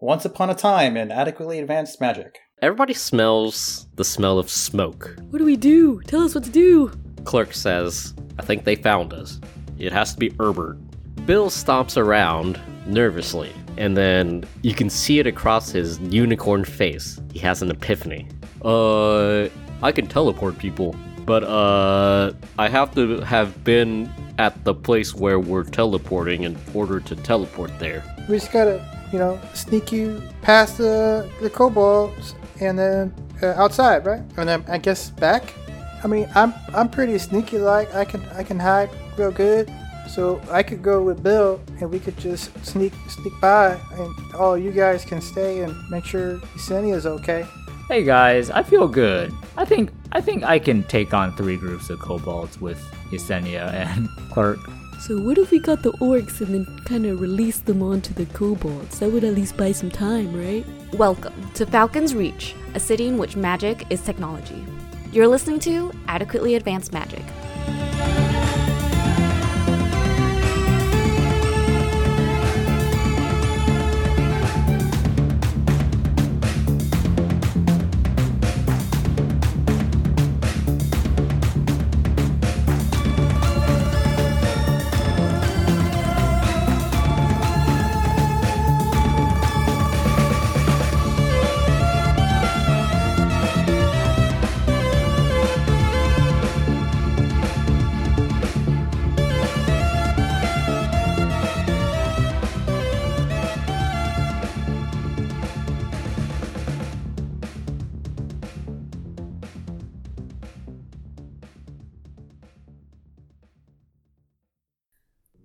Once upon a time in adequately advanced magic. Everybody smells the smell of smoke. What do we do? Tell us what to do. Clerk says, I think they found us. It has to be Herbert. Bill stomps around nervously, and then you can see it across his unicorn face. He has an epiphany. Uh, I can teleport people, but uh, I have to have been at the place where we're teleporting in order to teleport there. We just gotta, you know, sneak you past the the kobolds and then uh, outside, right? And then I guess back. I mean, I'm I'm pretty sneaky. Like I can I can hide real good. So I could go with Bill, and we could just sneak sneak by, and all you guys can stay and make sure Yesenia's okay. Hey guys, I feel good. I think I think I can take on three groups of kobolds with Yesenia and Clerk. So what if we got the orcs and then kind of released them onto the kobolds? That would at least buy some time, right? Welcome to Falcon's Reach, a city in which magic is technology. You're listening to Adequately Advanced Magic.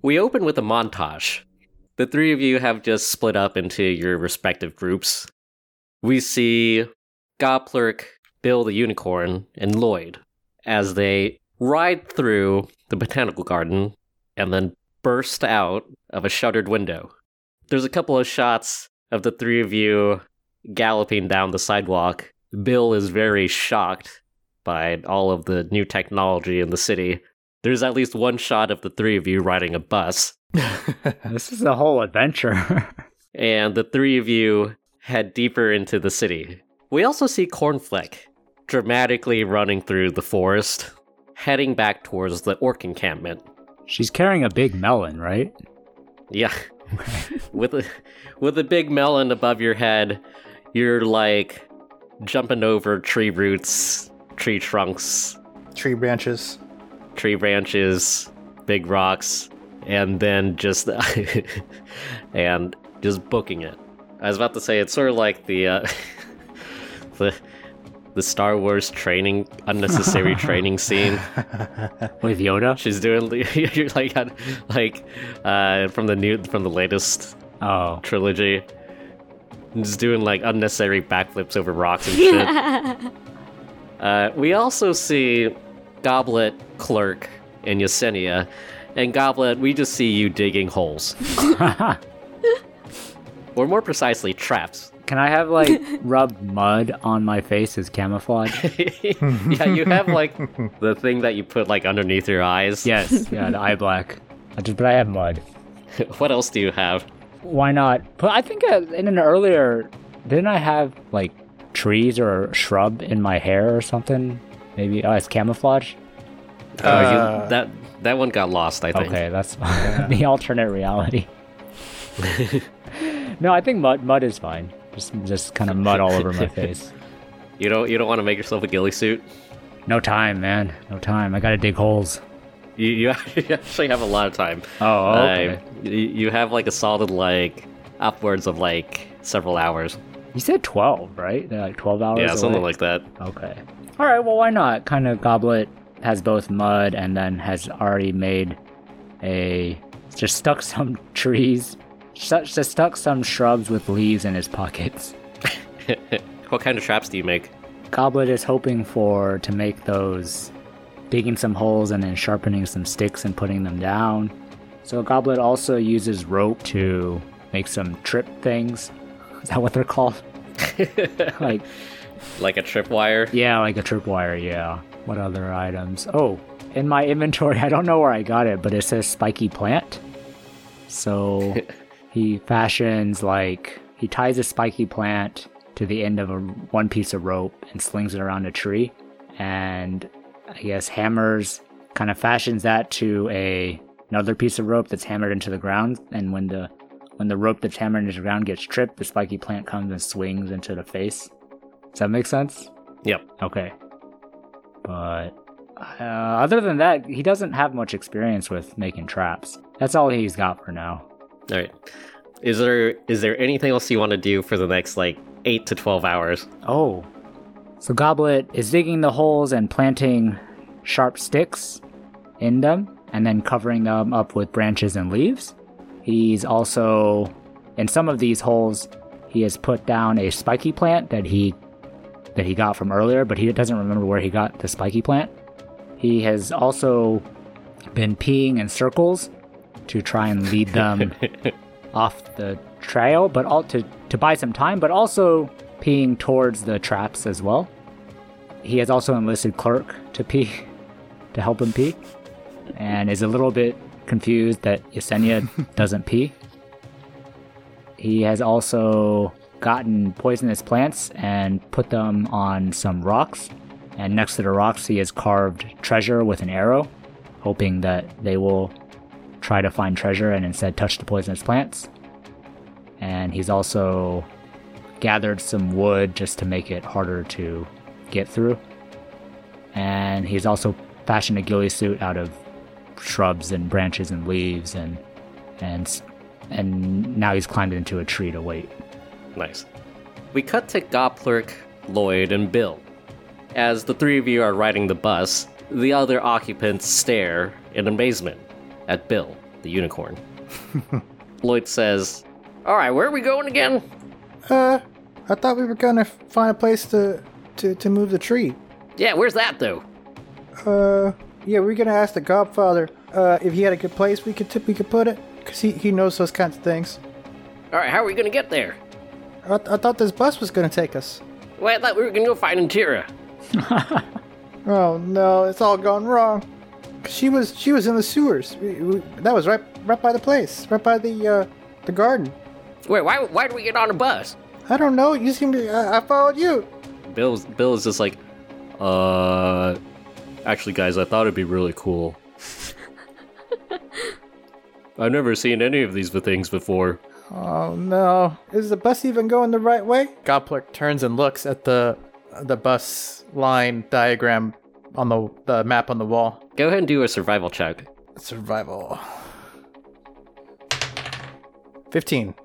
We open with a montage. The three of you have just split up into your respective groups. We see Goplerk, Bill the Unicorn, and Lloyd as they ride through the botanical garden and then burst out of a shuttered window. There's a couple of shots of the three of you galloping down the sidewalk. Bill is very shocked by all of the new technology in the city. There's at least one shot of the three of you riding a bus, This is a whole adventure. and the three of you head deeper into the city. We also see Cornfleck dramatically running through the forest, heading back towards the orc encampment. She's carrying a big melon, right? Yeah. with a with a big melon above your head, you're like jumping over tree roots, tree trunks, Tree branches. tree branches, big rocks, and then just and just booking it. I was about to say it's sort of like the uh, the the Star Wars training unnecessary training scene. With Yoda? She's doing you're like on- like uh, from the new from the latest Oh. trilogy. Just doing like unnecessary backflips over rocks and shit. Uh, we also see Goblet, Clerk, and Yesenia. And Goblet, we just see you digging holes. or more precisely, traps. Can I have like rub mud on my face as camouflage? yeah, you have like the thing that you put like underneath your eyes. Yes, yeah, the eye black. I just, but I have mud. what else do you have? Why not? But I think uh in an earlier, didn't I have like trees or shrub in my hair or something? Maybe oh, it's camouflage. Oh, you, that that one got lost, I think. Uh, Okay, that's the alternate reality. no, I think mud mud is fine. Just just kind of mud all over my face. You don't you don't want to make yourself a ghillie suit. No time, man. No time. I gotta dig holes. You, you actually have a lot of time. Oh, okay. Uh, you, you have like a solid like upwards of like several hours. you said twelve, right? They're Oh, like twelve hours. yeah, something away? like that. Okay. All right. Well, why not? Kind of goblet has both mud and then has already made a just stuck some trees, stu- just stuck some shrubs with leaves in his pockets. what kind of traps do you make? Goblet is hoping for to make those digging some holes and then sharpening some sticks and putting them down. So Goblet also uses rope to make some trip things. Is that what they're called? like Like a tripwire? yeah, like a tripwire, yeah. What other items? Oh, in my inventory, I don't know where I got it, but it says spiky plant. So he fashions like He ties a spiky plant to the end of a, one piece of rope and slings it around a tree, and I guess hammers kind of fashions that to a another piece of rope that's hammered into the ground. And when the when the rope that's hammered into the ground gets tripped, the spiky plant comes and swings into the face. Does that make sense? Yep. Okay. But uh, other than that, he doesn't have much experience with making traps. That's all he's got for now. All right. Is there is there anything else you want to do for the next like eight to twelve hours? Oh. So Goblet is digging the holes and planting sharp sticks in them and then covering them up with branches and leaves. He's also, in some of these holes, he has put down a spiky plant that he that he got from earlier, but he doesn't remember where he got the spiky plant. He has also been peeing in circles to try and lead them off the trail, but all to, to buy some time, but also peeing towards the traps as well. He has also enlisted Clerk to pee, to help him pee, and is a little bit confused that Yesenia doesn't pee. He has also gotten poisonous plants and put them on some rocks, and next to the rocks, he has carved treasure with an arrow, hoping that they will try to find treasure and instead touch the poisonous plants. And he's also gathered some wood just to make it harder to get through. And he's also fashioned a ghillie suit out of shrubs and branches and leaves and and s- and now he's climbed into a tree to wait. Nice. We cut to Goplerk, Lloyd, and Bill. As the three of you are riding the bus, the other occupants stare in amazement at Bill, the unicorn. Lloyd says, All right, where are we going again? Uh, I thought we were gonna find a place to to, to move the tree. Yeah, where's that though? Uh, yeah, we are gonna ask the Godfather uh, if he had a good place we could t- we could put it, cause he, he knows those kinds of things. All right, how are we gonna get there? I, I thought this bus was gonna take us. Well, I thought we were gonna go find Intira. Oh no, it's all gone wrong. 'Cause She was she was in the sewers. We, we, that was right right by the place, right by the uh, the garden. Wait, why? Why did we get on a bus? I don't know. You seem to. I, I followed you. Bill's Bill is just like, uh, actually, guys, I thought it'd be really cool. I've never seen any of these things before. Oh no! Is the bus even going the right way? Gopler turns and looks at the the bus line diagram on the the map on the wall. Go ahead and do a survival check. Survival. Fifteen.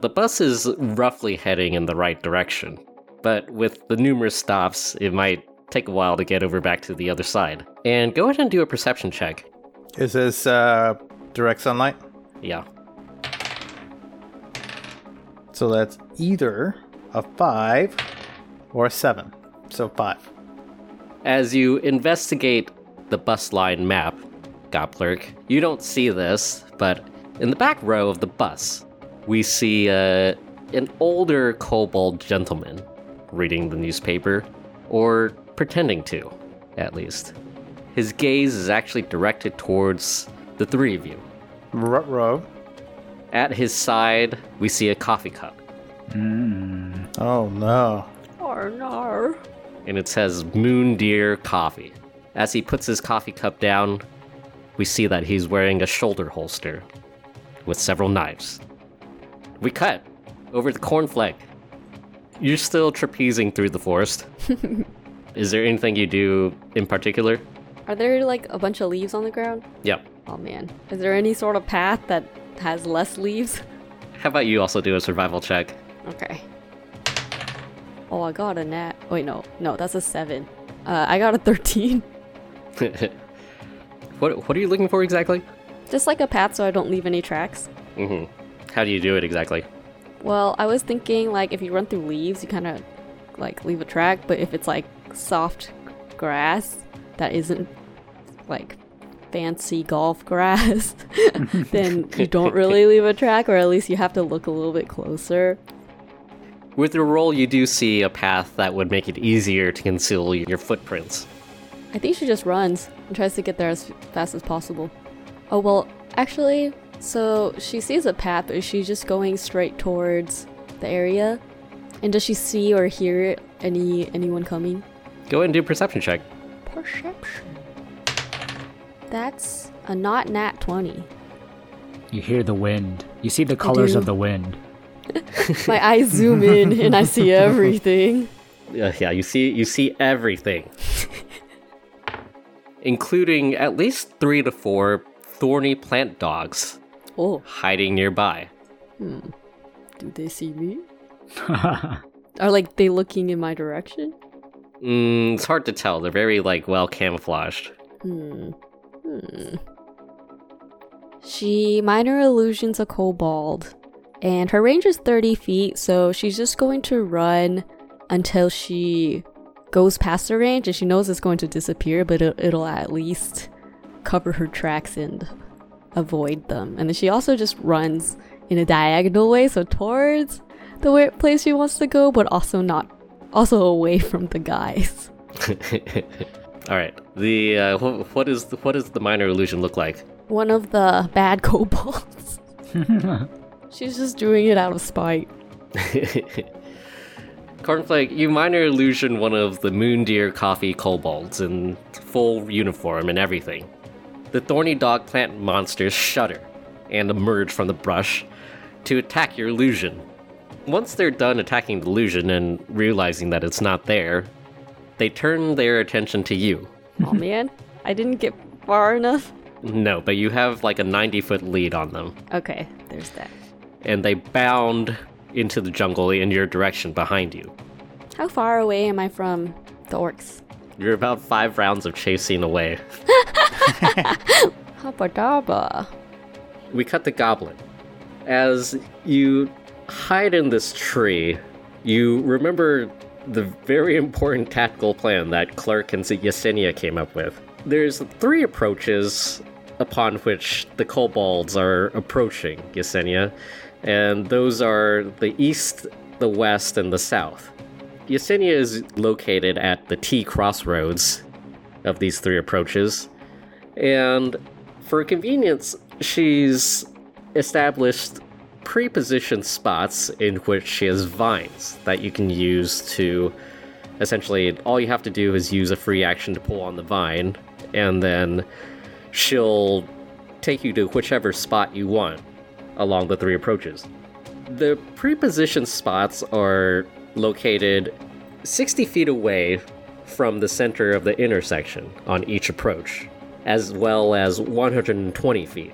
The bus is roughly heading in the right direction, but with the numerous stops, it might take a while to get over back to the other side. And go ahead and do a perception check. Is this uh, direct sunlight? Yeah. So that's either a five or a seven. So five. As you investigate the bus line map, Goplerk, you don't see this, but in the back row of the bus, we see uh, an older kobold gentleman reading the newspaper, or pretending to, at least. His gaze is actually directed towards the three of you. Rut row. At his side, we see a coffee cup, Oh no. Arnar. and it says Moon Deer Coffee. As he puts his coffee cup down, we see that he's wearing a shoulder holster with several knives. We cut over the cornflake. You're still trapezing through the forest. Is there anything you do in particular? Are there like a bunch of leaves on the ground? Yep. Oh man. Is there any sort of path that has less leaves? How about you also do a survival check? Okay. Oh, I got a nat. Wait, no. No, that's a 7. Uh, I got a 13. what what are you looking for exactly? Just like a path so I don't leave any tracks. hmm How do you do it exactly? Well, I was thinking like if you run through leaves, you kind of like leave a track, but if it's like soft grass that isn't like fancy golf grass, then you don't really leave a track, or at least you have to look a little bit closer. With your roll, you do see a path that would make it easier to conceal your footprints. I think she just runs and tries to get there as fast as possible. Oh, well, actually, so she sees a path, but is she just going straight towards the area? And does she see or hear any anyone coming? Go ahead and do a perception check. Perception. That's a not nat 20. You hear the wind. You see the colors do. of the wind. My eyes zoom in and I see everything. Uh, yeah, you see you see everything. Including at least three to four thorny plant dogs Oh, hiding nearby. do they see me? Are like they looking in my direction? Mm, it's hard to tell. They're very like well camouflaged. Hmm. Hmm. She minor illusions a kobold, and her range is 30 feet, so she's just going to run until she goes past the range and she knows it's going to disappear, but it, it'll at least cover her tracks and avoid them. And then she also just runs in a diagonal way, so towards the way, place she wants to go, but also not, also away from the guys. All right. The uh, wh- what is the, what does the minor illusion look like? one of the bad kobolds. She's just doing it out of spite. Cornflake, you minor illusion one of the moon deer coffee kobolds in full uniform and everything. The thorny dog plant monsters shudder and emerge from the brush to attack your illusion. Once they're done attacking the illusion and realizing that it's not there, they turn their attention to you. Oh man, I didn't get far enough. No, but you have like a 90 foot lead on them, Okay, there's that. and they bound into the jungle in your direction behind you. How far away am I from the orcs? You're about five rounds of chasing away. Hapadaba. we cut the goblin. As you hide in this tree, you remember the very important tactical plan that Clark and Yesenia came up with. There's three approaches upon which the kobolds are approaching Yesenia, and those are the east, the west, and the south. Yesenia is located at the T crossroads of these three approaches, and for convenience, she's established pre-positioned spots in which she has vines that you can use to essentially all you have to do is use a free action to pull on the vine and then she'll take you to whichever spot you want along the three approaches the pre-positioned spots are located 60 feet away from the center of the intersection on each approach, as well as 120 feet.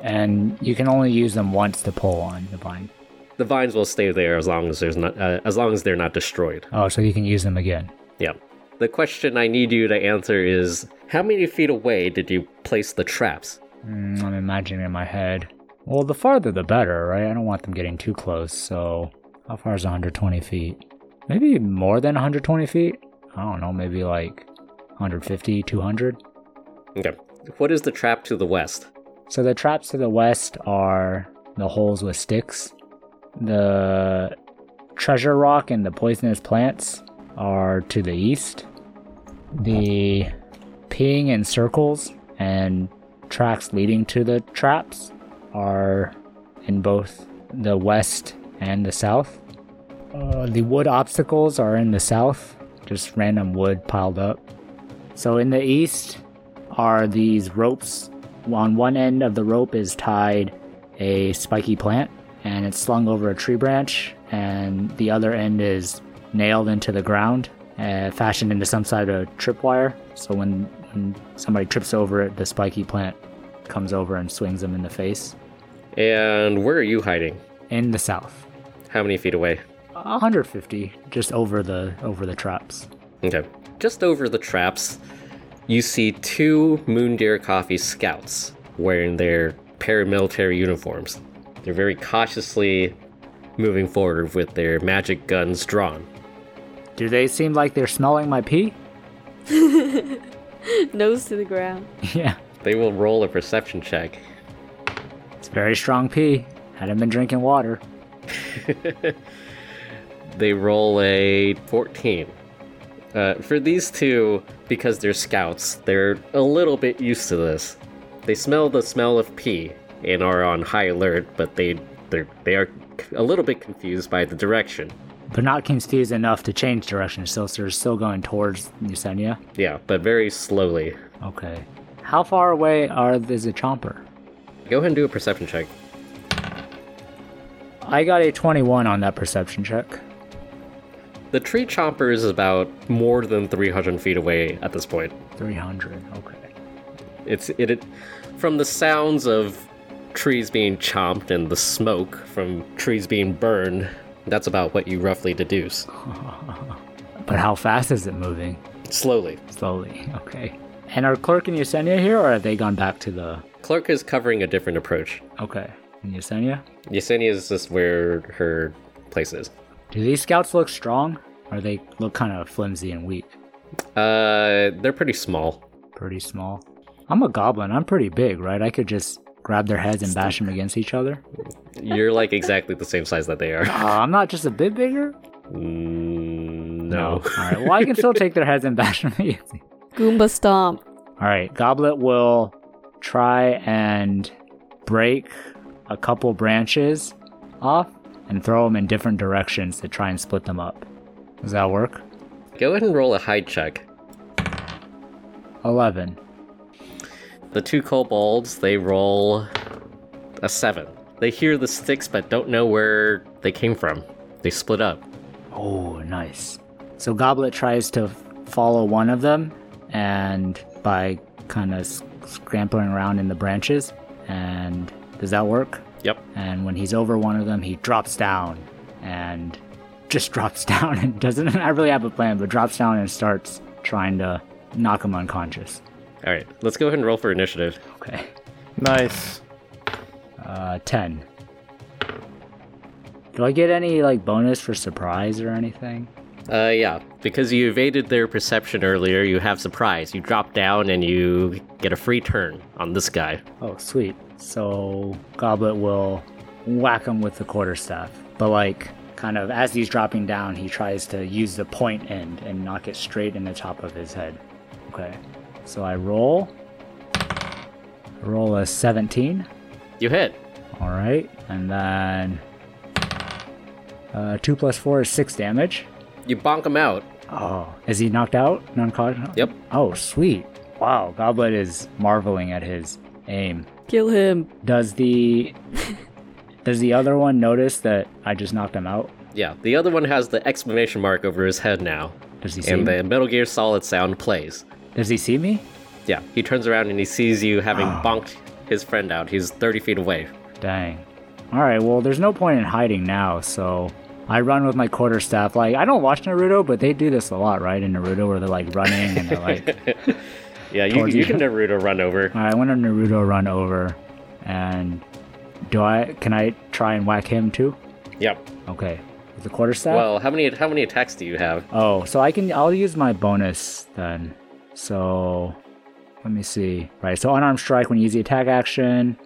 and you can only use them once to pull on the vine. The vines will stay there as long as there's not, uh, as long as they're not destroyed. Oh, so you can use them again. Yeah. The question I need you to answer is: How many feet away did you place the traps? Mm, I'm imagining in my head. Well, the farther the better, right? I don't want them getting too close. So, how far is 120 feet? Maybe more than 120 feet? I don't know, maybe like 150, 200? Okay. What is the trap to the west? So, the traps to the west are the holes with sticks. The treasure rock and the poisonous plants are to the east. The peeing in circles and tracks leading to the traps are in both the west and the south. Uh, the wood obstacles are in the south, just random wood piled up. So in the east are these ropes. On one end of the rope is tied a spiky plant and it's slung over a tree branch, and the other end is nailed into the ground, uh, fashioned into some sort of tripwire. So when, when somebody trips over it, the spiky plant comes over and swings them in the face. And where are you hiding? In the south, How many feet away? 150, just over the over the traps. Okay. Just over the traps, you see two Moon Deer Coffee scouts wearing their paramilitary uniforms. They're very cautiously moving forward with their magic guns drawn. Do they seem like they're smelling my pee? Nose to the ground. yeah, They will roll a perception check. it's very strong pee. Hadn't been drinking water. They roll a 14. Uh, for these two, because they're scouts, they're a little bit used to this. They smell the smell of pee and are on high alert, but they They're they are a little bit confused by the direction. They're not confused enough to change direction, so they're still going towards Yesenia. Yeah, but very slowly. Okay. How far away are is the chomper? Go ahead and do a perception check. I got a 21 on that perception check. The tree chomper is about more than 300 feet away at this point. 300. Okay. It's it, it from the sounds of trees being chomped and the smoke from trees being burned. That's about what you roughly deduce. But how fast is it moving? Slowly. Slowly. Okay. And are Clerk and Yesenia here, or have they gone back to the? Clerk is covering a different approach. Okay. And Yesenia? Yesenia is just where her place is. Do these scouts look strong? Or they look kind of flimsy and weak? Uh, they're pretty small. Pretty small. I'm a goblin. I'm pretty big, right? I could just grab their heads and bash them against each other. You're like exactly the same size that they are. Uh, I'm not just a bit bigger. Mm, no. All right. Well, I can still take their heads and bash them against. Goomba stomp. All right, Goblet will try and break a couple branches off and throw them in different directions to try and split them up. Does that work? Go ahead and roll a hide check. 11. The two kobolds, they roll a seven. They hear the sticks but don't know where they came from. They split up. Oh, nice. So Goblet tries to follow one of them and by kind of scrambling around in the branches and does that work? Yep. And when he's over one of them, he drops down and just drops down and doesn't I really have a plan, but drops down and starts trying to knock him unconscious. All right, let's go ahead and roll for initiative. Okay. Nice. Uh 10. Do I get any like bonus for surprise or anything? Uh, yeah, because you evaded their perception earlier, you have surprise. You drop down and you get a free turn on this guy. Oh, sweet. So Goblet will whack him with the quarterstaff. But like kind of as he's dropping down, he tries to use the point end and knock it straight in the top of his head. Okay. So I roll. Roll a 17. You hit. All right. And then uh, 2 plus 4 is 6 damage. You bonk him out. Oh, is he knocked out? Non-conscious? Yep. Oh, sweet. Wow, Goblet is marveling at his aim. Kill him. Does the does the other one notice that I just knocked him out? Yeah, the other one has the exclamation mark over his head now, Does he see and me? the Metal Gear Solid sound plays. Does he see me? Yeah, he turns around and he sees you having bonked his friend out. He's 30 feet away. Dang. All right. Well, there's no point in hiding now, so I run with my quarterstaff. Like I don't watch Naruto, but they do this a lot, right? In Naruto, where they're like running and they're like, Yeah, you, Towards you you. can Naruto run over. All right, I want a Naruto run over, and do I? Can I try and whack him too? Yep. Okay. With the quarterstaff. Well, how many how many attacks do you have? Oh, so I can I'll use my bonus then. So let me see. Right, so unarmed strike when you use the attack action.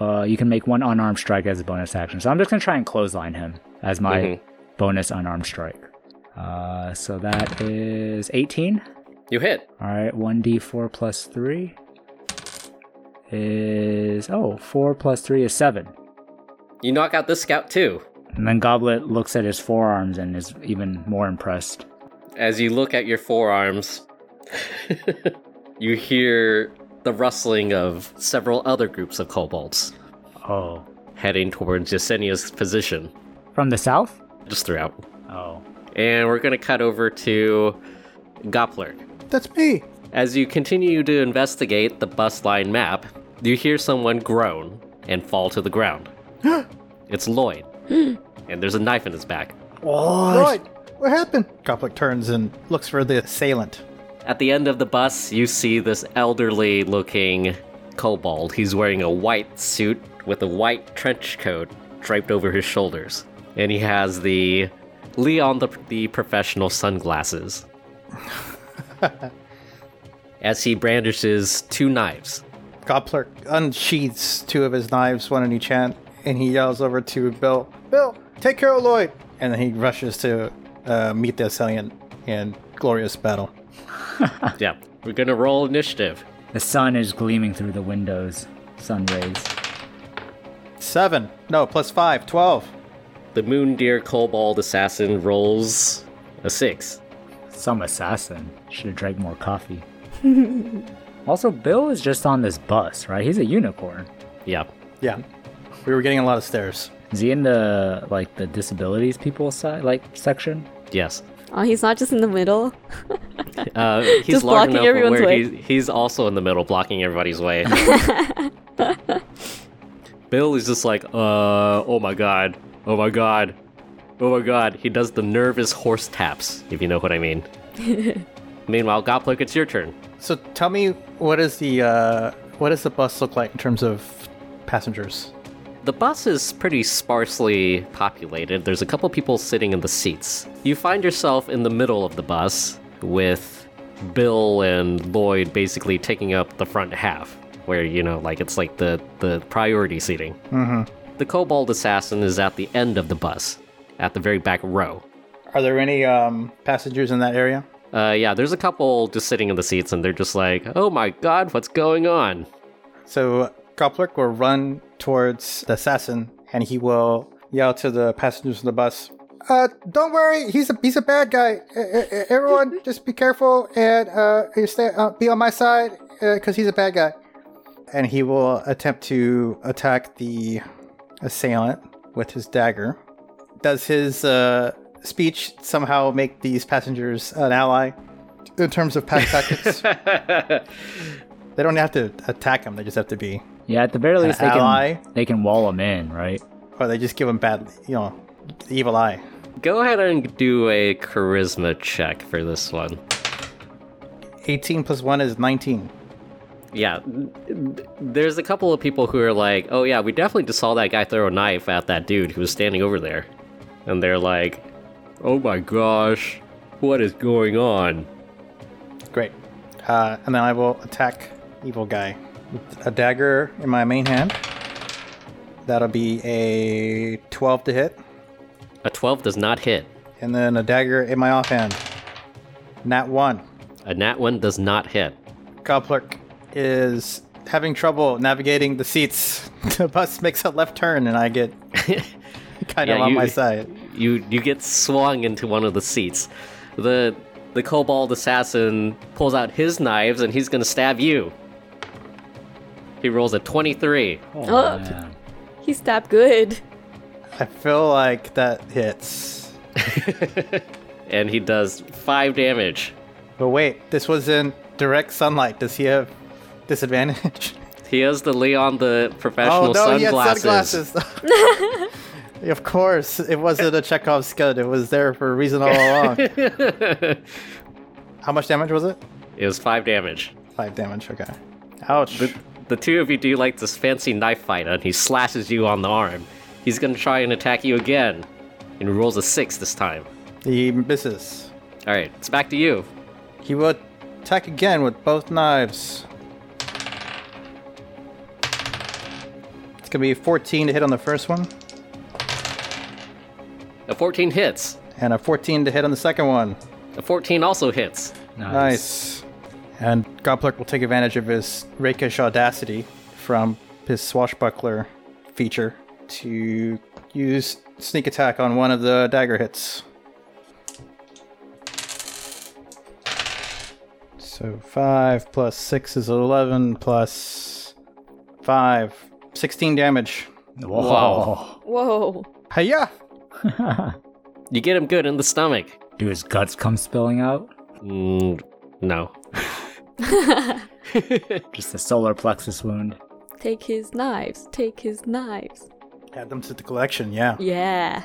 Uh, you can make one unarmed strike as a bonus action. So I'm just gonna try and clothesline him as my Mhm. bonus unarmed strike. Uh, so that is 18. You hit. All right, 1d4 plus 3 is oh, 4 plus 3 is 7. You knock out this scout too. And then Goblet looks at his forearms and is even more impressed. As you look at your forearms, you hear the rustling of several other groups of kobolds Oh, heading towards Yesenia's position, from the south? just throughout. Oh. And we're going to cut over to Gopler. That's me. As you continue to investigate the bus line map, you hear someone groan and fall to the ground. it's Lloyd, and there's a knife in his back. Lloyd, what happened? Goblet turns and looks for the assailant. At the end of the bus, you see this elderly looking kobold. He's wearing a white suit with a white trench coat draped over his shoulders. And he has the Leon the, the professional sunglasses. As he brandishes two knives. Goblet unsheathes two of his knives, one in each hand, and he yells over to Bill, Bill, take care of Lloyd! And then he rushes to uh, meet the assailant in glorious battle. Yeah, we're gonna roll initiative. The sun is gleaming through the windows. Sun rays. seven. "Oh, No, plus five. Twelve. The moon deer kobold assassin rolls a six. Some assassin should have drank more coffee. also, Bill is just on this bus, right? He's a unicorn. Yeah. Yeah. We were getting a lot of stairs. Is he in the like the disabilities people side like section? Yes. Oh, he's not just in the middle. Uh, he's Just large blocking enough everyone's where way. He's, he's also in the middle, blocking everybody's way. Bill is just like, uh, oh my god, oh my god, oh my god. He does the nervous horse taps, if you know what I mean. Meanwhile, Gopluk, it's your turn. So tell me, what is the uh, what does the bus look like in terms of passengers? The bus is pretty sparsely populated. There's a couple people sitting in the seats. You find yourself in the middle of the bus with Bill and Lloyd basically taking up the front half, where, you know, like it's like the, the priority seating. Mm-hmm. The Kobold Assassin is at the end of the bus, at the very back row. Are there any um, passengers in that area? Uh, yeah, there's a couple just sitting in the seats and they're just like, oh my god, what's going on? So Goplerk will run towards the assassin, and he will yell to the passengers on the bus. Uh, don't worry, he's a he's a bad guy. E, Uh, uh, uh, everyone, just be careful and uh, you stay uh, be on my side uh, because he's a bad guy. And he will attempt to attack the assailant with his dagger. Does his uh, speech somehow make these passengers an ally in terms of pack tactics? they don't have to attack him; they just have to be, Yeah, at the very least they ally? can they can wall him in, right? or they just give him bad, you know, evil eye. Go ahead and do a charisma check for this one. Eighteen plus one is nineteen. Yeah, there's a couple of people who are like, "Oh yeah, we definitely just saw that guy throw a knife at that dude who was standing over there," and they're like, "Oh my gosh, what is going on?" Great. Uh, and then I will attack evil guy with a dagger in my main hand. That'll be a 12 to hit. A twelve does not hit. And then a dagger in my offhand. Nat 1. A nat one does not hit. Goplerk is having trouble navigating the seats. the bus makes a left turn and I get kind of Yeah, on you- my side. You you get swung into one of the seats. The the kobold assassin pulls out his knives and he's gonna stab you. He rolls a twenty-three. Oh. man. he stabbed good. I feel like that hits. and he does five damage. But wait, this was in direct sunlight. Does he have disadvantage? He has the Leon the professional Oh, he had sunglasses. sunglasses. of course, it wasn't a Chekhov's gun. It was there for a reason all along. How much damage was it? It was five damage. Five damage. Okay. Ouch. The two of you do like this fancy knife fight, and he slashes you on the arm. He's gonna try and attack you again, and he rolls a six this time. he misses. All right, it's back to you. He will attack again with both knives. It's gonna be 14 to hit on the first one, A 14 hits. and a 14 to hit on the second one. A 14 also hits. Nice. And Goplerk will take advantage of his rakish audacity from his swashbuckler feature to use sneak attack on one of the dagger hits. So 5 plus 6 is 11 plus 5. 16 damage. Whoa. Whoa. Hiya! You get him good in the stomach. Do his guts come spilling out? Mm, no. Just a solar plexus wound. Take his knives. Take his knives. Add them to the collection, yeah. Yeah.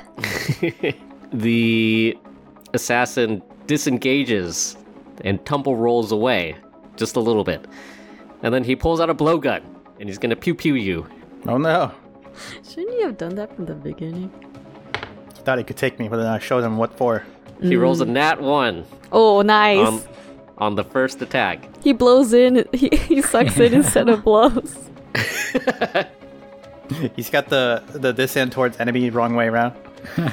the assassin disengages and tumble rolls away just a little bit. And then he pulls out a blowgun and he's gonna pew pew you. Oh no. Shouldn't you have done that from the beginning? He thought he could take me, but then I showed him what for. He rolls a nat one Mm. Oh, nice. on, on the first attack. he blows in. He, he sucks in instead of blows. He's got the, the this end towards enemy wrong way around. Uh,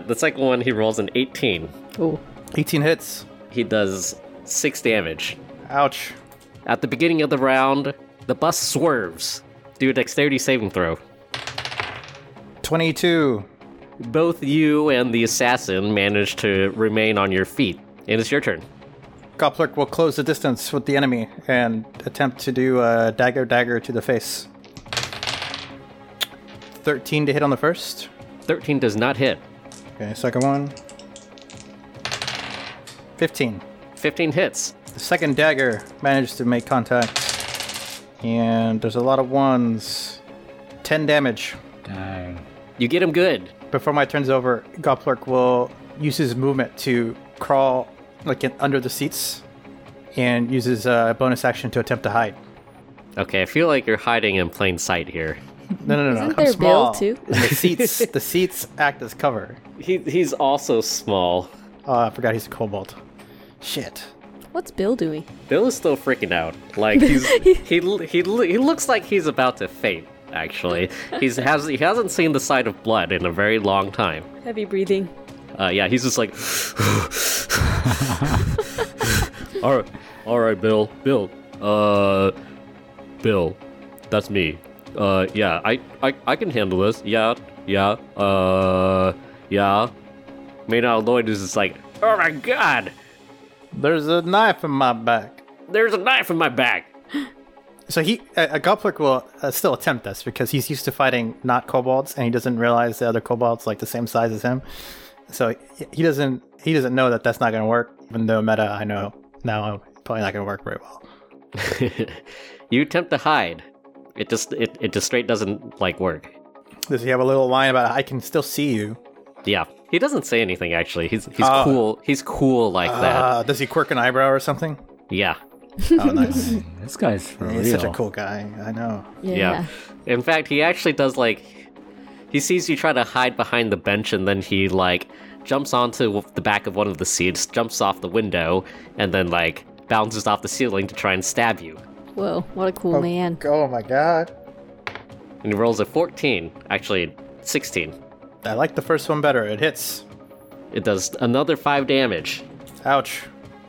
the second one, he rolls an 18. Oh. 18 hits. He does six damage. Ouch. At the beginning of the round, the bus swerves Do a dexterity saving throw. 22. Both you and the assassin manage to remain on your feet, and it's your turn. Goplerk will close the distance with the enemy and attempt to do a dagger dagger to the face. 13 to hit on the first. 13 does not hit. Okay, second one. 15. 15 hits. The second dagger managed to make contact. And there's a lot of ones. 10 damage. Dang. You get him good. Before my turn's over, Goplerk will use his movement to crawl like in, under the seats and uses a uh, bonus action to attempt to hide. Okay, I feel like you're hiding in plain sight here. No, no, no, no. Isn't I'm there small. Bill, too? The seats, the seats act as cover. He, he's also small. Oh, I forgot he's a kobold. Shit. What's Bill doing? Bill is still freaking out. Like he's he he l- he l- he looks like he's about to faint. Actually, he's has he hasn't seen the sight of blood in a very long time. Heavy breathing. Uh, yeah, he's just like. all right, all right, Bill, Bill, uh, Bill, that's me. Uh, yeah, I, I, I can handle this. Yeah, yeah, uh, yeah. Maynard Lloyd is just like, oh my god, There's a knife in my back. there's a knife in my back. So he, a, a Goplerk will uh, still attempt this because he's used to fighting not kobolds, and he doesn't realize the other kobolds like the same size as him. So he- he doesn't, he doesn't know that that's not going to work. Even though meta, I know now, probably not going to work very well. you attempt to hide. It just it, it just straight doesn't like work. Does he have a little line about I can still see you? Yeah. He doesn't say anything actually. He's he's Oh. cool. He's cool like that. Uh, does he quirk an eyebrow or something? Yeah. Oh, nice. This guy's for real. He's such a cool guy. I know. Yeah. In fact, he actually does like he sees you try to hide behind the bench and then he like jumps onto the back of one of the seats, jumps off the window, and then like bounces off the ceiling to try and stab you. Whoa, what a cool man. Oh my god. And he rolls a 14, actually 16. I like the first one better. It hits. It does another 5 damage. Ouch.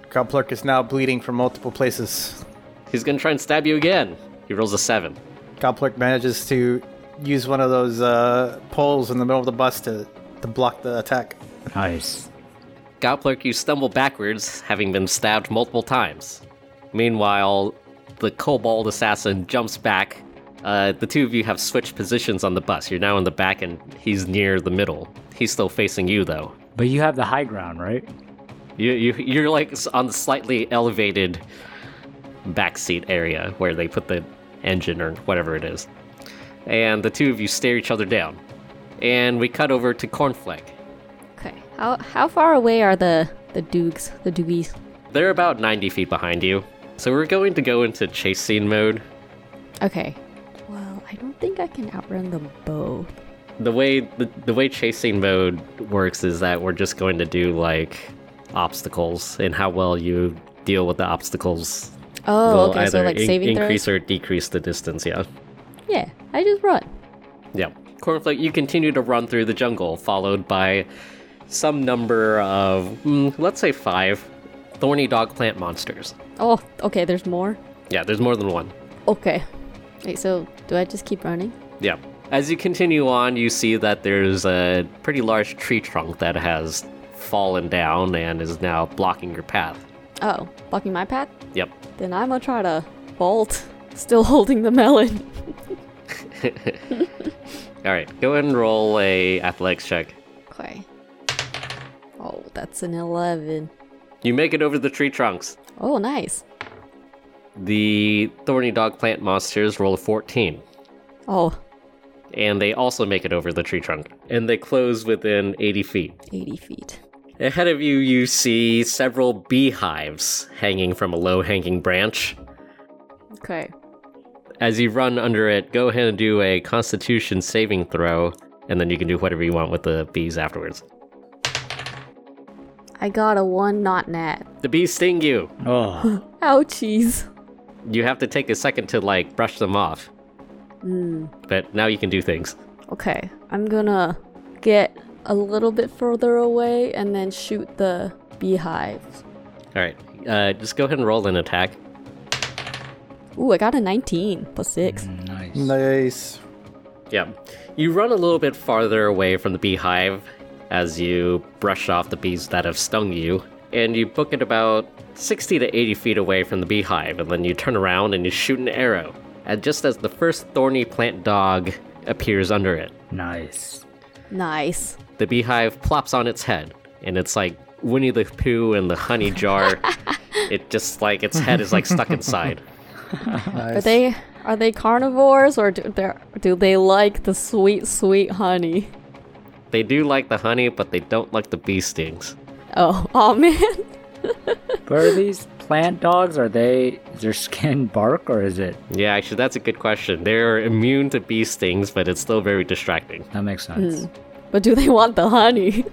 Goplerk is now bleeding from multiple places. He's going to try and stab you again. He rolls a 7. Goplerk manages to use one of those uh, poles in the middle of the bus to, to block the attack. Nice. Goplerk, you stumble backwards, having been stabbed multiple times. Meanwhile, the kobold assassin jumps back. Uh, the two of you have switched positions on the bus. You're now in the back, and he's near the middle. He's still facing you, though. But you have the high ground, right? You, you, you're like s- on the slightly elevated backseat area where they put the engine or whatever it is. And the two of you stare each other down. And we cut over to Cornflake. Okay. How how far away are the the dukes, the doogies? They're about 90 feet behind you. So we're going to go into chase scene mode. Okay. Well, I don't think I can outrun them both. The way the, the way chase scene mode works is that we're just going to do like obstacles and how well you deal with the obstacles Oh, will okay. So either like in- saving increase or decrease the distance, yeah. throws. Yeah, I just run. Yeah. Cornflake, you continue to run through the jungle, followed by some number of, mm, let's say five, thorny dog plant monsters. Oh, okay. There's more. Yeah, there's more than one. Okay. Wait. So do I just keep running? Yeah. As you continue on, you see that there's a pretty large tree trunk that has fallen down and is now blocking your path. Oh, blocking my path. Yep. Then I'm gonna try to bolt, still holding the melon. All right, go ahead and roll a athletics check. Okay. Oh, that's an eleven. You make it over the tree trunks. Oh, nice. The thorny dog plant monsters roll a 14, Oh, and they also make it over the tree trunk, and they close within 80 feet. 80 feet. Ahead of you, you see several beehives hanging from a low hanging branch. Okay. As you run under it, go ahead and do a constitution saving throw, and then you can do whatever you want with the bees afterwards. I got a one not nat. The bees sting you. Oh, Ouchies. You have to take a second to, like, brush them off. Mm, But now you can do things. okay. I'm gonna get a little bit further away and then shoot the beehives. All right, uh, just go ahead and roll an attack. Ooh, I got a 19 plus 6. Mm, nice. Nice. Nice. Yeah. You run a little bit farther away from the beehive as you brush off the bees that have stung you, and you book it about 60 to 80 feet away from the beehive, and then you turn around and you shoot an arrow. And just as the first thorny plant dog appears under it, Nice. Nice. the beehive plops on its head, and it's like Winnie the Pooh in the honey jar. it just like its head is like stuck inside. Are they are they carnivores or do they do they like the sweet sweet honey? They do like the honey, but they don't like the bee stings. Oh, oh man. But are these plant dogs? Are they? Is their skin bark or is it? Yeah, actually, that's a good question. They're immune to bee stings, but it's still very distracting. That makes sense. But do they want the honey?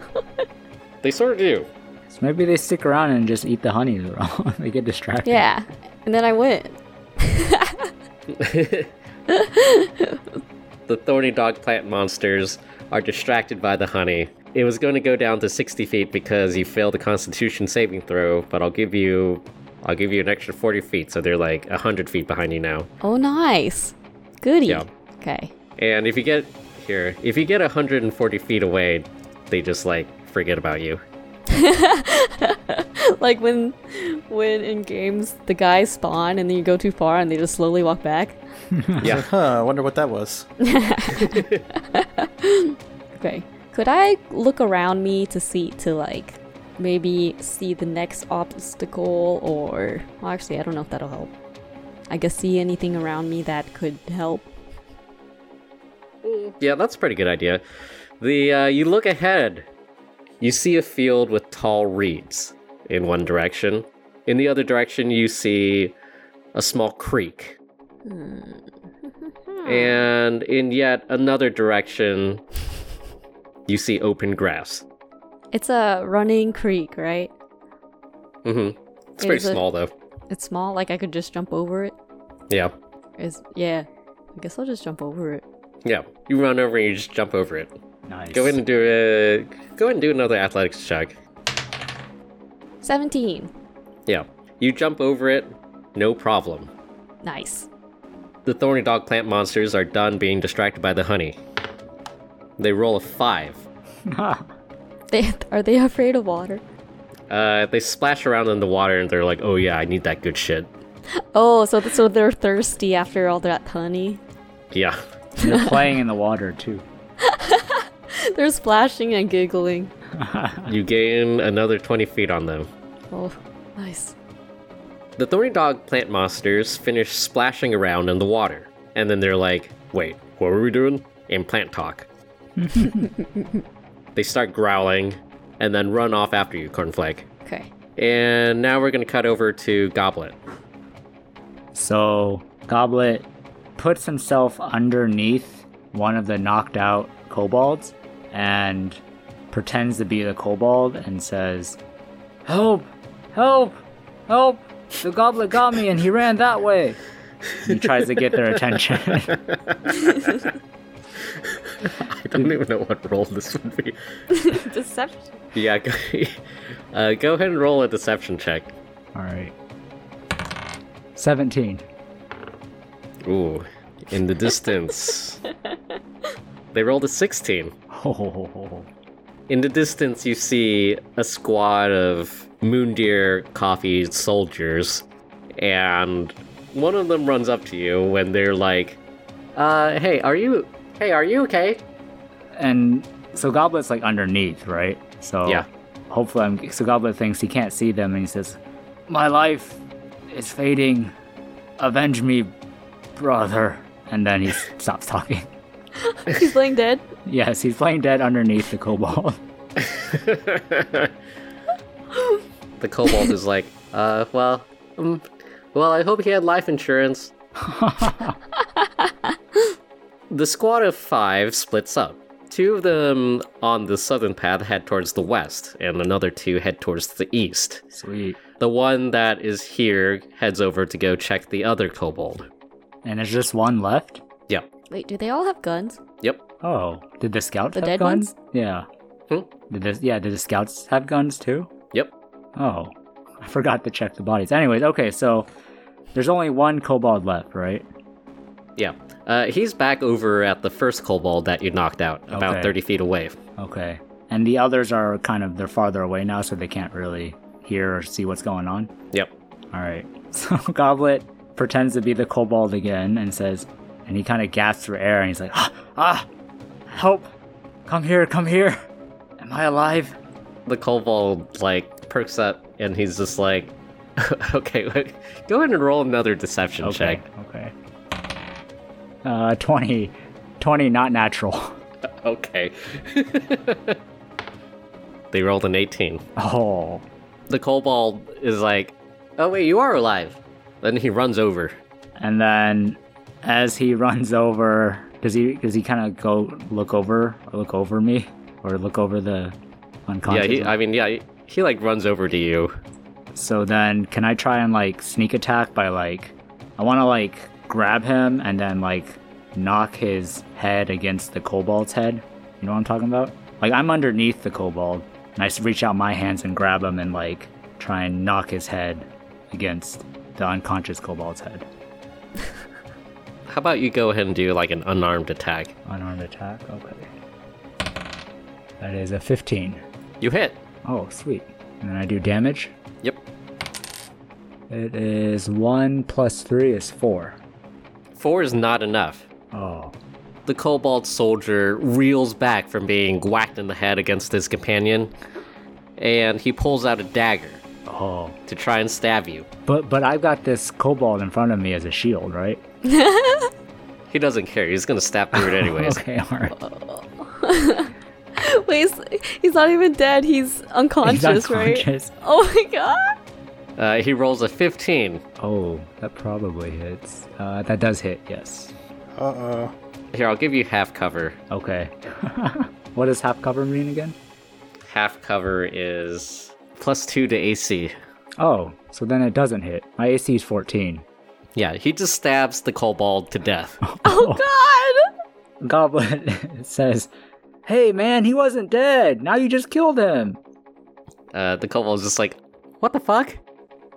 They sort of do. So maybe they stick around and just eat the honey. they get distracted. yeah. And then I went. The thorny dog plant monsters are distracted by the honey. It was going to go down to 60 feet because you failed the Constitution saving throw, but I'll give you, I'll give you an extra 40 feet, so they're like 100 feet behind you now. Oh, nice. Goody. Yeah. Okay. And if you get here, if you get 140 feet away, they just like forget about you. like when when in games the guys spawn and then you go too far and they just slowly walk back. Yeah. Huh, I wonder what that was. Okay. Could I look around me to see to like maybe see the next obstacle or well actually I don't know if that'll help. I guess see anything around me that could help. Yeah, that's a pretty good idea. The uh, you look ahead, you see a field with tall reeds in one direction. In the other direction, you see a small creek, Hmm. and in yet another direction, you see open grass. It's a running creek, right? hmm It's pretty Is it- small though. It's small, like I could just jump over it. Yeah, Is yeah. I guess I'll just jump over it. yeah. You run over and you just jump over it. Nice. Go ahead and do a go ahead and do another athletics check. 17. Yeah, you jump over it, no problem. Nice. The thorny dog plant monsters are done being distracted by the honey. They roll a five. They are they afraid of water? Uh, they splash around in the water and they're like, "Oh yeah, I need that good shit." Oh, so th- so they're thirsty after all that honey. Yeah, They're playing in the water too. They're splashing and giggling. you gain another twenty feet on them. Oh, nice. The thorny dog plant monsters finish splashing around in the water, and then they're like, "Wait, what were we doing?" In plant talk. they start growling, and then run off after you, Cornflake. Okay. And now we're gonna cut over to Goblet. So Goblet puts himself underneath one of the knocked out kobolds and pretends to be the kobold and says, Help! Help! Help! The goblet got me and he ran that way. He tries to get their attention. I don't even know what role this would be. Deception. Yeah, go, uh, go ahead and roll a deception check. Alright. 17. Ooh, in the distance. they rolled a 16. Oh, In the distance, you see a squad of Moondeer coffee soldiers, and one of them runs up to you when they're like, uh, hey, are you, hey, are you okay? and so goblet's like underneath right so Yeah. hopefully I'm, so goblet thinks he can't see them and he says my life is fading avenge me brother and then he s- stops talking He's playing dead. yes he's playing dead underneath the kobold the kobold is like, uh, well, um, well, I hope he had life insurance. the squad of five splits up. Two of them on the southern path head towards the west, and another two head towards the east. sweet The one that is here heads over to go check the other kobold. and there's just one left Yep. Wait, do they all have guns? Yep. oh did the scouts The have dead guns ones? yeah Hmm? did this yeah did the scouts have guns too Yep. oh i forgot to check the bodies anyways okay so there's only one kobold left right Yeah. Uh, he's back over at the first kobold that you knocked out, about Okay. 30 feet away. Okay. And the others are kind of they're farther away now, so they can't really hear or see what's going on. Yep. All right. So Goblet pretends to be the kobold again and says, and he kind of gasps for air and he's like, ah, ah, help, come here, come here. Am I alive? The kobold, like, perks up and he's just like, okay, wait, go ahead and roll another deception Okay. check. Okay. Uh, 20. 20, not natural. Okay. they rolled an 18. Oh. The kobold is like, oh, wait, you are alive. Then he runs over. And then as he runs over, does he does he kind of go look over or look over me or look over the yeah, unconscious? he, I mean, yeah, he, he, like, runs over to you. so then can I try and like sneak attack by like I want to like grab him and then like knock his head against the kobold's head. You know what I'm talking about? Like I'm underneath the kobold and I s- reach out my hands and grab him and like try and knock his head against the unconscious kobold's head. How about you go ahead and do, like, an unarmed attack? Unarmed attack, okay. That is a 15. You hit. Oh, sweet. And then I do damage. Yep. It is 1 plus 3 is 4. Four is not enough. Oh. The kobold soldier reels back from being whacked in the head against his companion, and he pulls out a dagger Oh. to try and stab you. But but I've got this kobold in front of me as a shield, right? He doesn't care, he's gonna stab through it anyways. Okay, alright. Wait, he's, he's not even dead. He's unconscious, unconscious. right? Oh my god. uh, he rolls a 15. Oh, that probably hits. Uh, that does hit, yes. Uh oh. Here, I'll give you half cover. Okay. what does half cover mean again? Half cover is plus two to AC. Oh, so then it doesn't hit. My AC is 14. Yeah, he just stabs the kobold to death. Oh god. Goblet says, Hey man, he wasn't dead. Now you just killed him. Uh, the kobold's just like, what the fuck?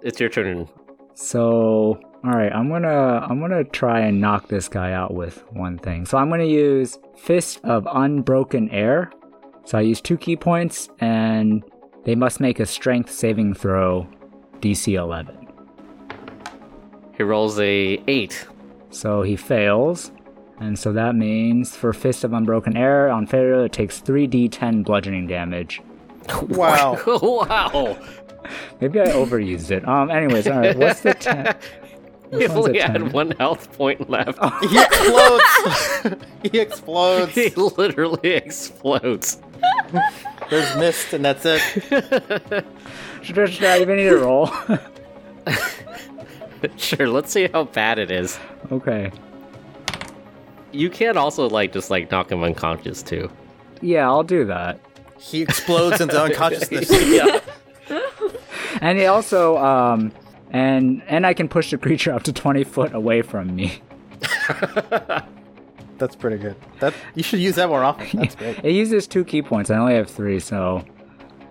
It's your turn. So, all right, I'm going to I'm going to try and knock this guy out with one thing. So, I'm going to use Fist of Unbroken Air. So, I use 2 key points and they must make a strength saving throw DC 11. He rolls a 8. So, he fails. And so that means for Fist of Unbroken Air on failure it takes 3d10 bludgeoning damage. Wow. wow! Maybe I overused it. Um anyways, all right, what's the ten- He Which one's only a had 10? one health point left. He explodes. he explodes. He literally explodes. There's mist, and that's it. Should, should I even need to roll? Sure, let's see how bad it is. okay. You can also like just like knock him unconscious too. Yeah, I'll do that. He explodes into unconsciousness. yeah. And it also, um, and and I can push the creature up to twenty foot away from me. That's pretty good. That you should use that more often. That's great. It uses two key points. I only have three, so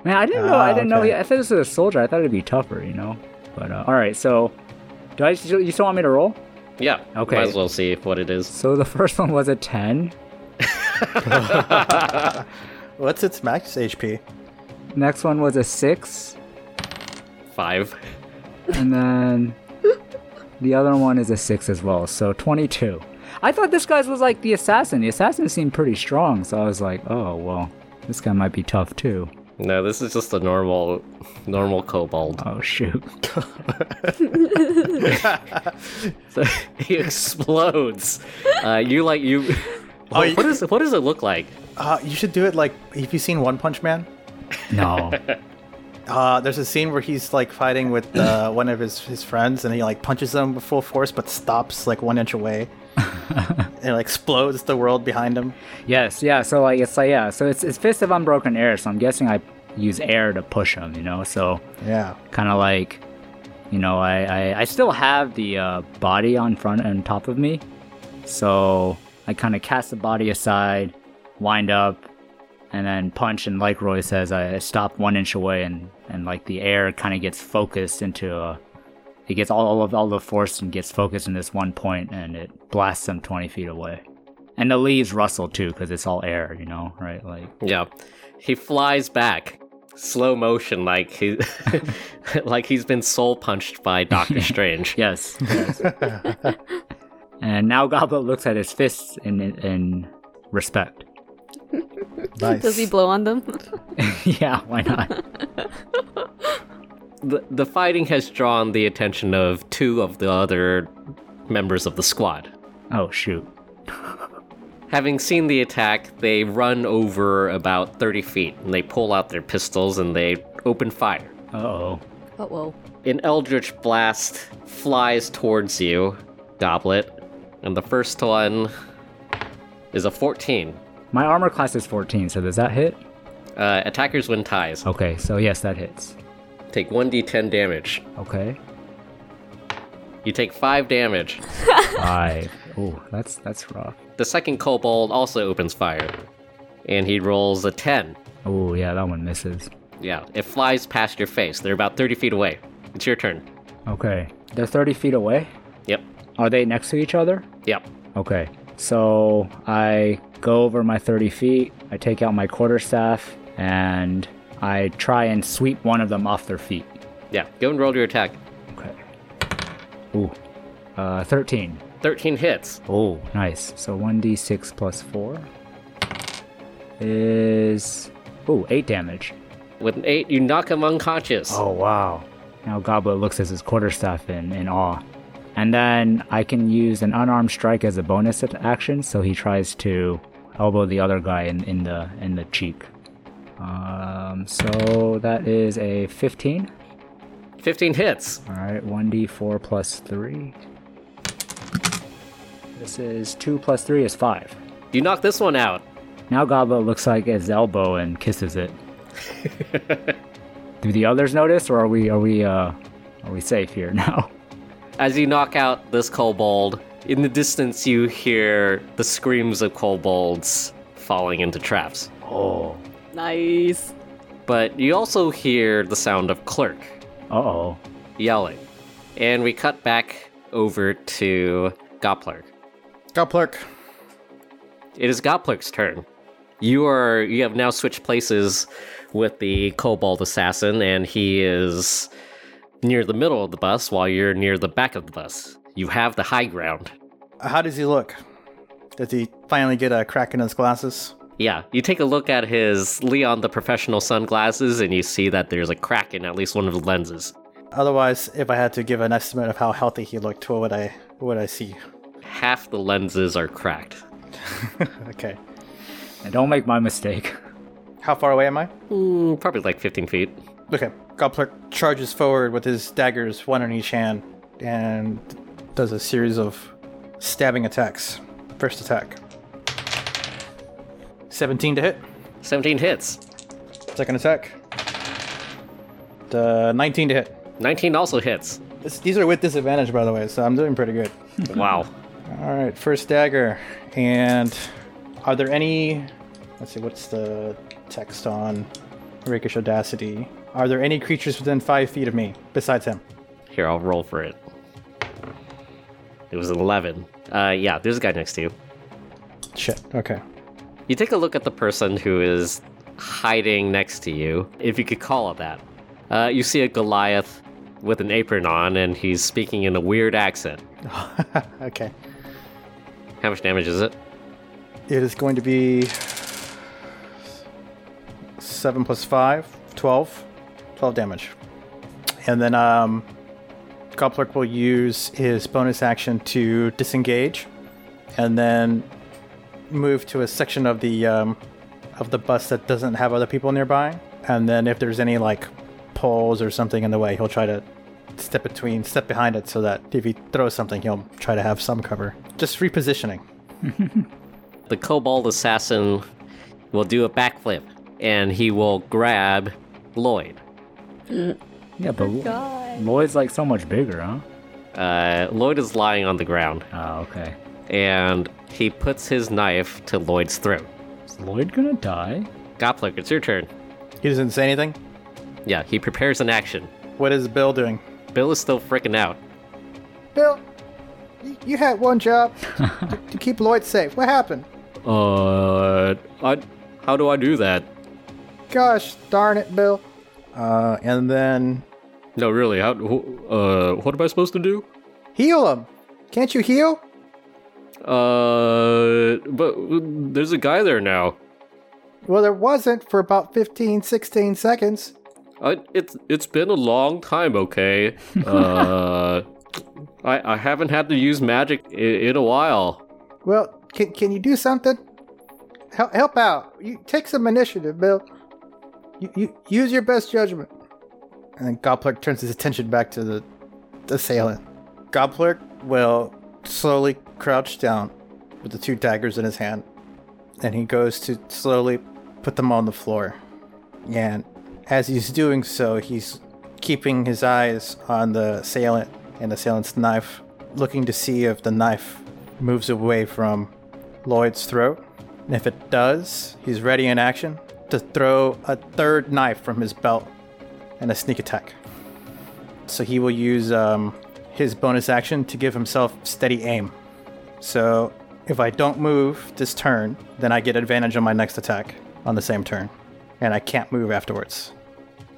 man, I didn't know. I Ah, didn't know. okay. He, I thought this was a soldier. I thought it'd be tougher, you know. But uh, all right, so do I? still- You still want me to roll? Yeah. Okay. Might as well see what it is. So the first one was a ten. What's its max HP? Next one was a six, Five. and then the other one is a six as well. So twenty-two. I thought this guy's was like the assassin. The assassin seemed pretty strong, so I was like, oh well, this guy might be tough too. No, this is just a normal, normal kobold. Oh shoot. So he explodes. Uh, you like you. Oh, you- what is what does it look like? Uh, you should do it like have you seen One Punch Man? No. Uh, there's a scene where he's like fighting with uh, one of his, his friends, and he like punches them with full force, but stops like one inch away, and like explodes the world behind him. yes, yeah. So like it's like yeah. So it's it's fist of unbroken air. So I'm guessing I use air to push him. You know. So Yeah, kind of like, you know, I, I I still have the uh, body on front and top of me. So I kind of cast the body aside, wind up, and then punch. And like Roy says, I I stop one inch away, and and like the air kind of gets focused into a It gets all, all of all the force and gets focused in this one point, and it blasts them twenty feet away. And the leaves rustle too, because it's all air, you know, right? Like Yeah. He flies back, slow motion, like he, like he's been soul punched by Doctor Strange. yes. yes. and now Goblet looks at his fists in in respect. Nice. Does he blow on them? yeah, why not? The, the fighting has drawn the attention of two of the other members of the squad. Oh shoot. Having seen the attack, they run over about 30 feet and they pull out their pistols and they open fire. Uh oh. oh, whoa. An eldritch blast flies towards you, Goblet, and the first one is a 14. My armor class is 14, so does that hit? Uh, attackers win ties. Okay, so yes, that hits. Take 1d10 damage. Okay. You take 5 damage. Five. Oh, that's that's rough. The second kobold also opens fire, and he rolls a 10. Oh yeah, that one misses. Yeah, it flies past your face. They're about 30 feet away. It's your turn. Okay. They're 30 feet away. Yep, Are they next to each other? yep. Okay. So I go over my 30 feet, I take out my quarterstaff, and I try and sweep one of them off their feet. Yeah, go and roll your attack. Okay. Ooh. Uh, 13. 13 hits. Oh, nice. So 1d6 plus 4 is. Ooh, 8 damage. With an 8, you knock him unconscious. Oh, wow. Now Goblet looks at his quarterstaff in, in awe. And then I can use an unarmed strike as a bonus at- action, so he tries to elbow the other guy in, in the in the cheek. Um, so that is a 15. 15 hits. All right, 1d4 plus 3. This is 2 plus 3 is 5. You knock this one out. Now Goblet looks like his elbow and kisses it. Do the others notice, or are we are we uh are we safe here now? As you knock out this kobold, in the distance you hear the screams of kobolds falling into traps. Oh, Nice. But you also hear the sound of Clerk uh oh. yelling. And we cut back over to Gopler. Goplerk. It is Gopler's turn. You are you have now switched places with the kobold assassin, and he is near the middle of the bus while you're near the back of the bus. You have the high ground. How does he look? Does he finally get a crack in his glasses? Yeah, you take a look at his Leon the professional sunglasses, and you see that there's a crack in at least one of the lenses. Otherwise, if I had to give an estimate of how healthy he looked, what would I what would I see? Half the lenses are cracked. Okay. And don't make my mistake. How far away am I? Hmm, probably like 15 feet. Okay. Goplerk charges forward with his daggers, one in each hand, and does a series of stabbing attacks. First attack. 17 to hit. 17 hits. Second attack. The 19 to hit. 19 also hits. This, these are with disadvantage, by the way, so I'm doing pretty good. Wow. All right, first dagger. And are there any? Let's see, what's the text on Rakish Audacity? Are there any creatures within five feet of me besides him? Here, I'll roll for it. It was an 11. Uh, yeah, there's a guy next to you. Shit. Okay. You take a look at the person who is hiding next to you, if you could call it that. Uh, you see a Goliath with an apron on, and he's speaking in a weird accent. Okay. How much damage is it? It is going to be seven plus five, 12. 12 damage. And then um, Goplerk will use his bonus action to disengage, and then move to a section of the um, of the bus that doesn't have other people nearby. And then if there's any like poles or something in the way, he'll try to step between, step behind it, so that if he throws something, he'll try to have some cover. Just repositioning. The kobold assassin will do a backflip, and he will grab Lloyd. Yeah, but God. Lloyd's like so much bigger, huh? Uh, Lloyd is lying on the ground, Oh, okay. and he puts his knife to Lloyd's throat. Is Lloyd gonna die? Goplik, it's your turn. He doesn't say anything. Yeah, he prepares an action. What is Bill doing? Bill is still freaking out. Bill, y- you had one job to, to keep Lloyd safe. What happened? Uh, I, how do I do that? Gosh darn it, Bill. Uh, and then No, really. How? wh- Uh, what am I supposed to do? Heal him. Can't you heal? Uh, but uh, there's a guy there now. Well, there wasn't for about 15, 16 seconds. I, it's it's been a long time. Okay. Uh, I I haven't had to use magic in, in a while. Well, can, can you do something? Help, help out. You take some initiative, Bill. You, you use your best judgment. and then Goplerk turns his attention back to the assailant. Goplerk will slowly crouch down with the two daggers in his hand, and he goes to slowly put them on the floor. And as he's doing so, he's keeping his eyes on the assailant and the assailant's knife, looking to see if the knife moves away from Lloyd's throat. And if it does, he's ready in action to throw a third knife from his belt and a sneak attack. So he will use um, his bonus action to give himself steady aim. So if I don't move this turn, then I get advantage on my next attack on the same turn, and I can't move afterwards.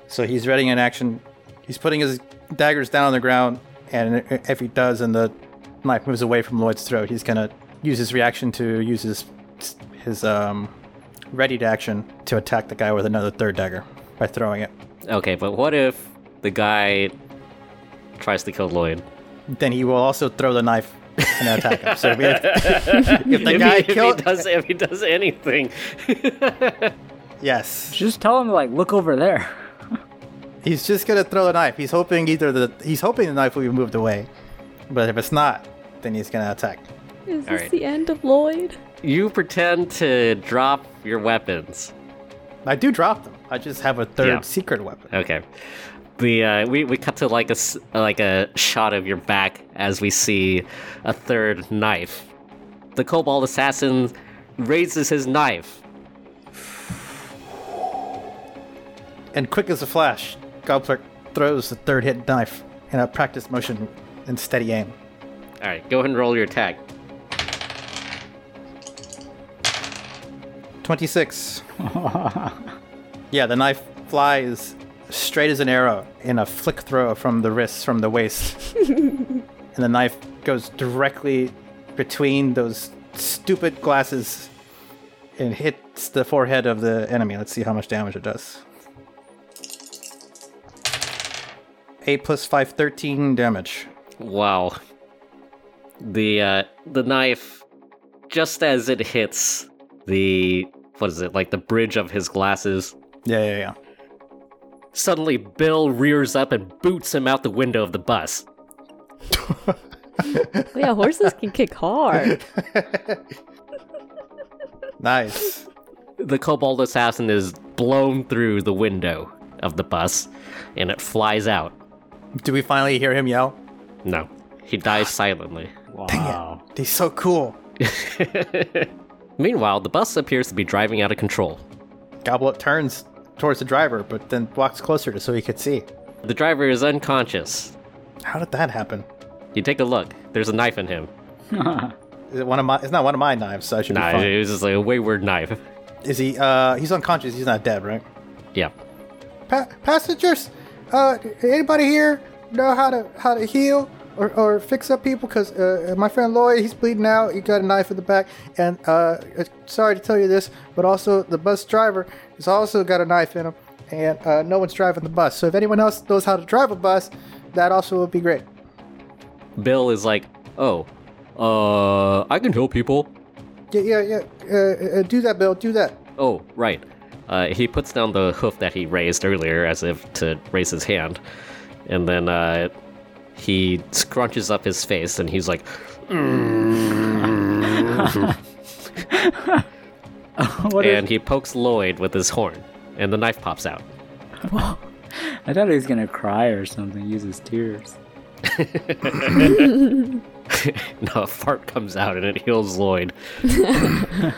So he's readying an action. He's putting his daggers down on the ground, and if he does, and the knife moves away from Lloyd's throat, he's gonna use his reaction to use his his um, readied action to attack the guy with another third dagger by throwing it. Okay, but what if the guy tries to kill Lloyd? then he will also throw the knife and attack him. So we have, If the he- guy if he, killed- does, if he does anything, yes, Just tell him like look over there. he's just gonna throw the knife. He's hoping either the he's hoping the knife will be moved away, but if it's not, then he's gonna attack. Is this Alright. the end of Lloyd? you pretend to drop your weapons. I do drop them. I just have a third Yeah. secret weapon. Okay. The uh, we we cut to like a s- like a shot of your back as we see a third knife. The kobold assassin raises his knife. And quick as a flash, Gobler throws the third hit knife in a practice motion and steady aim. All right, go ahead and roll your attack. Twenty six. yeah, the knife flies straight as an arrow in a flick throw from the wrist from the waist. and the knife goes directly between those stupid glasses and hits the forehead of the enemy. Let's see how much damage it does. 8 plus 5, 13 damage. Wow. The uh, the knife, just as it hits the what is it like the bridge of his glasses, Yeah, yeah, yeah. suddenly Bill rears up and boots him out the window of the bus. yeah, horses can kick hard. Nice. The kobold assassin is blown through the window of the bus and it flies out. Do we finally hear him yell? No, he dies silently. Wow. He's so cool. Meanwhile, the bus appears to be driving out of control. Goblet turns towards the driver, but then walks closer to so he could see. The driver is unconscious. How did that happen? You take a look, there's a knife in him. Is it one of my? It's not one of my knives, so I should be Nah, fine. it was just like a wayward knife. Is he? Uh, he's unconscious. He's not dead, right? Yeah. Pa- passengers, uh, anybody here know how to how to heal or, or fix up people? Because uh, my friend Lloyd, he's bleeding out. He got a knife in the back, and uh, uh, sorry to tell you this, but also the bus driver has also got a knife in him, and uh, no one's driving the bus. So if anyone else knows how to drive a bus, that also would be great. Bill is like, oh, uh, I can heal people. Yeah, yeah, yeah. Uh, uh, do that, Bill. Do that. Oh, right. Uh, he puts down the hoof that he raised earlier as if to raise his hand. And then uh, he scrunches up his face and he's like, what is- and he pokes Lloyd with his horn. And the knife pops out. I thought he was gonna cry or something. Use his tears. no, a fart comes out and it heals Lloyd.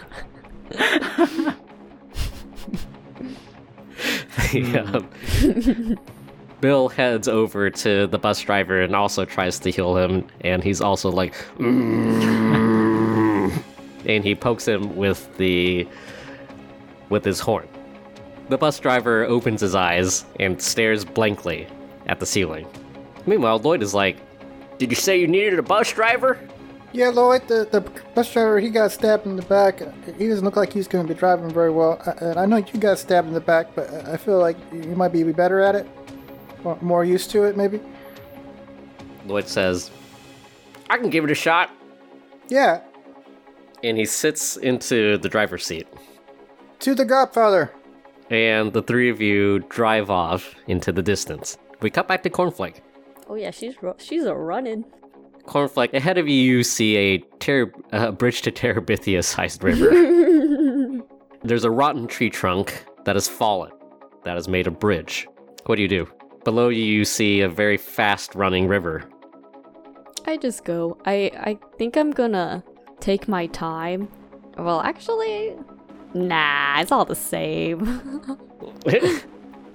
The, um, Bill heads over to the bus driver and also tries to heal him, and he's also like, "Mm." and he pokes him with the with his horn. The bus driver opens his eyes and stares blankly at the ceiling. Meanwhile, Lloyd is like, "Did you say you needed a bus driver?" Yeah, Lloyd, the, the bus driver, he got stabbed in the back. He doesn't look like he's going to be driving very well. I- And I know you got stabbed in the back, but I I feel like you might be better at it, or more used to it, maybe. Lloyd says, "I can give it a shot." Yeah, And he sits into the driver's seat. to the Godfather. and the three of you drive off into the distance. We cut back to Cornflake. Oh yeah, she's ru- she's a running. Cornflake, ahead of you, you see a ter- uh, bridge to Terabithia sized river. There's a rotten tree trunk that has fallen, that has made a bridge. What do you do? Below you, you see a very fast running river. I just go. I I think I'm gonna take my time. Well, actually, nah, it's all the same.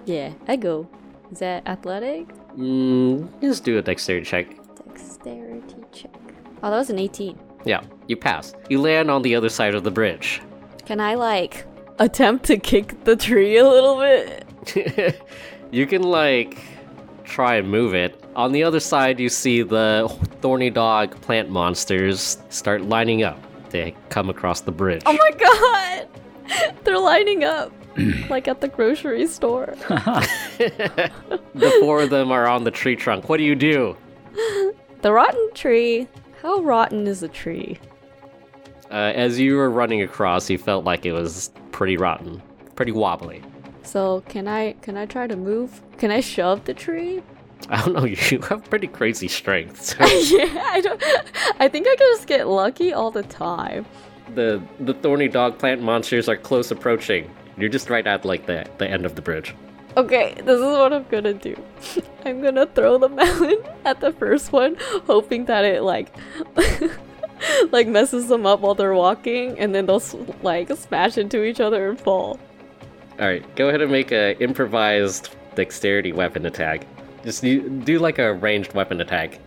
yeah, I go. Is that athletic? mm, just do a dexterity check. Dexterity check. Oh, that was an 18. Yeah, you pass. You land on the other side of the bridge. Can I like attempt to kick the tree a little bit? you can like try and move it. On the other side, you see the thorny dog plant monsters start lining up. They come across the bridge. Oh my god! They're lining up like at the grocery store. the four of them are on the tree trunk. What do you do? the rotten tree. How rotten is a tree? Uh, as you were running across, you felt like it was pretty rotten, pretty wobbly. So can I can I try to move? Can I shove the tree? I don't know. You have pretty crazy strength. so- yeah, I don't. I think I can just get lucky all the time. the the thorny dog plant monsters are close approaching. You're just right at like the the end of the bridge. Okay, this is what I'm gonna do. I'm gonna throw the melon at the first one, hoping that it like like messes them up while they're walking, and then they'll s- like smash into each other and fall. All right, go ahead and make a improvised dexterity weapon attack. Just you, do like a ranged weapon attack.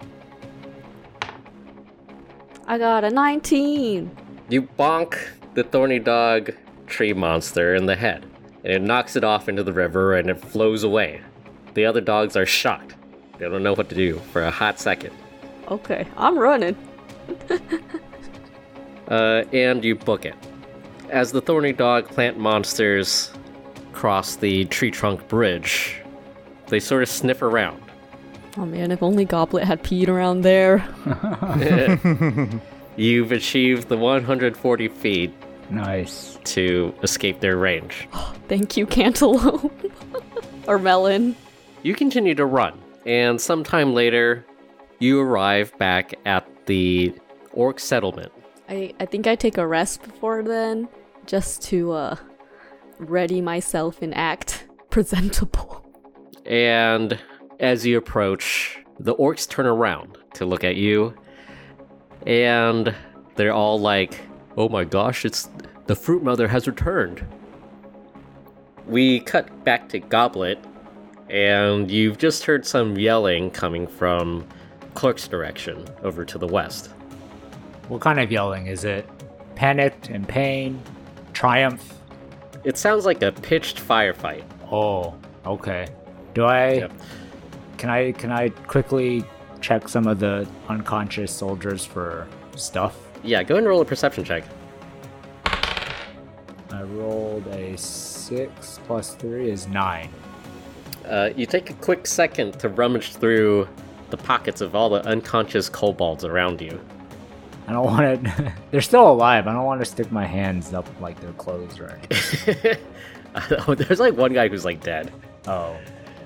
I got a 19. You bonk the thorny dog tree monster in the head, and it knocks it off into the river and it flows away. The other dogs are shocked. They don't know what to do for a hot second. Okay, I'm running. Uh, and you book it. As the thorny dog plant monsters cross the tree trunk bridge, they sort of sniff around. Oh man, if only Goblet had peed around there. You've achieved the 140 feet Nice. to escape their range. Thank you, cantaloupe or melon. You continue to run, and sometime later, you arrive back at the orc settlement. I, I think I take a rest before then, just to uh, ready myself and act presentable. And as you approach, the orcs turn around to look at you, and they're all like, Oh my gosh, it's the fruit mother has returned. We cut back to Goblet, and you've just heard some yelling coming from Clerk's direction over to the west. What kind of yelling is it? Panicked and pain? Triumph? It sounds like a pitched firefight. Oh, okay. Do I Yep. can I can I quickly check some of the unconscious soldiers for stuff? Yeah, go and roll a perception check. I rolled a six plus three is nine. Uh, you take a quick second to rummage through the pockets of all the unconscious kobolds around you. I don't want to. they're still alive. I don't want to stick my hands up like their clothes or anything. Oh, There's like one guy who's like dead Oh,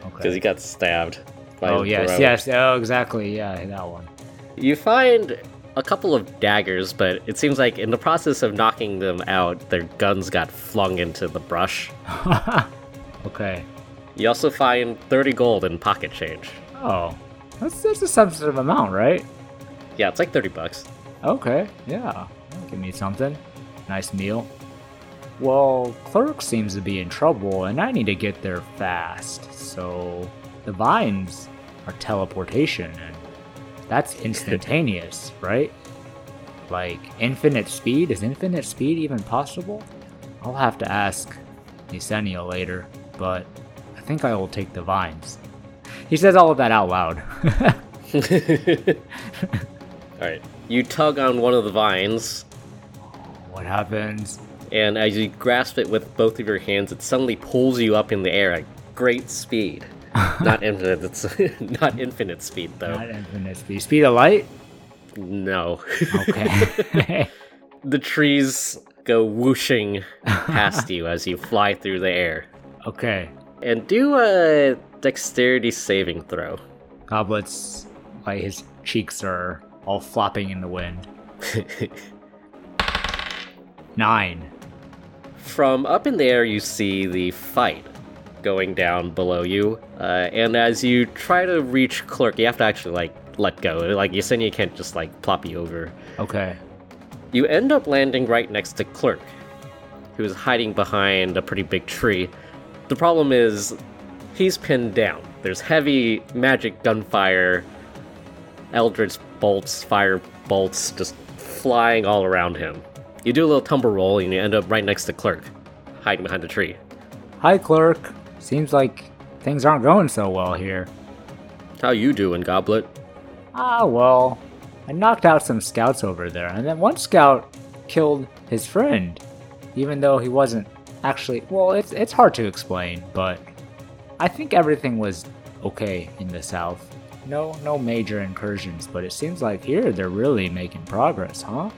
because he okay. got stabbed. By Oh a yes, throat. yes. Oh, exactly. Yeah, that one. You find a couple of daggers, but it seems like in the process of knocking them out, their guns got flung into the brush. Okay. You also find 30 gold in pocket change. Oh, that's that's a substantive amount, right? Yeah, it's like 30 bucks. Okay, yeah. That'll Give me something. Nice meal. Well, Clerk seems to be in trouble, and I need to get there fast, so The vines are teleportation, and that's instantaneous, right? Like infinite speed? Is infinite speed even possible? I'll have to ask Nisenio later, but I think I will take the vines. He says all of that out loud. All right. You tug on one of the vines, what happens? and as you grasp it with both of your hands, it suddenly pulls you up in the air at great speed. not infinite. It's not infinite speed Not though. infinite speed. Speed of light? No. Okay. the trees go whooshing past you as you fly through the air. okay. And do a dexterity saving throw. Goblets, like his cheeks are all flopping in the wind. Nine. From up in the air, you see the fight going down below you. Uh, and as you try to reach Clerk, you have to actually like let go. Like Yesenia can't just like plop you over. Okay. You end up landing right next to Clerk, who is hiding behind a pretty big tree. The problem is, he's pinned down. There's heavy magic gunfire, eldritch bolts, fire bolts just flying all around him. You do a little tumble roll and you end up right next to Clerk, hiding behind a tree. Hi, clerk. Seems like things aren't going so well here. How you doing, Goblet? Ah, well, I knocked out some scouts over there, and then one scout killed his friend, even though he wasn't actually. Well, it's it's hard to explain, but I think everything was okay in the south. No, no major incursions, but it seems like here they're really making progress, huh?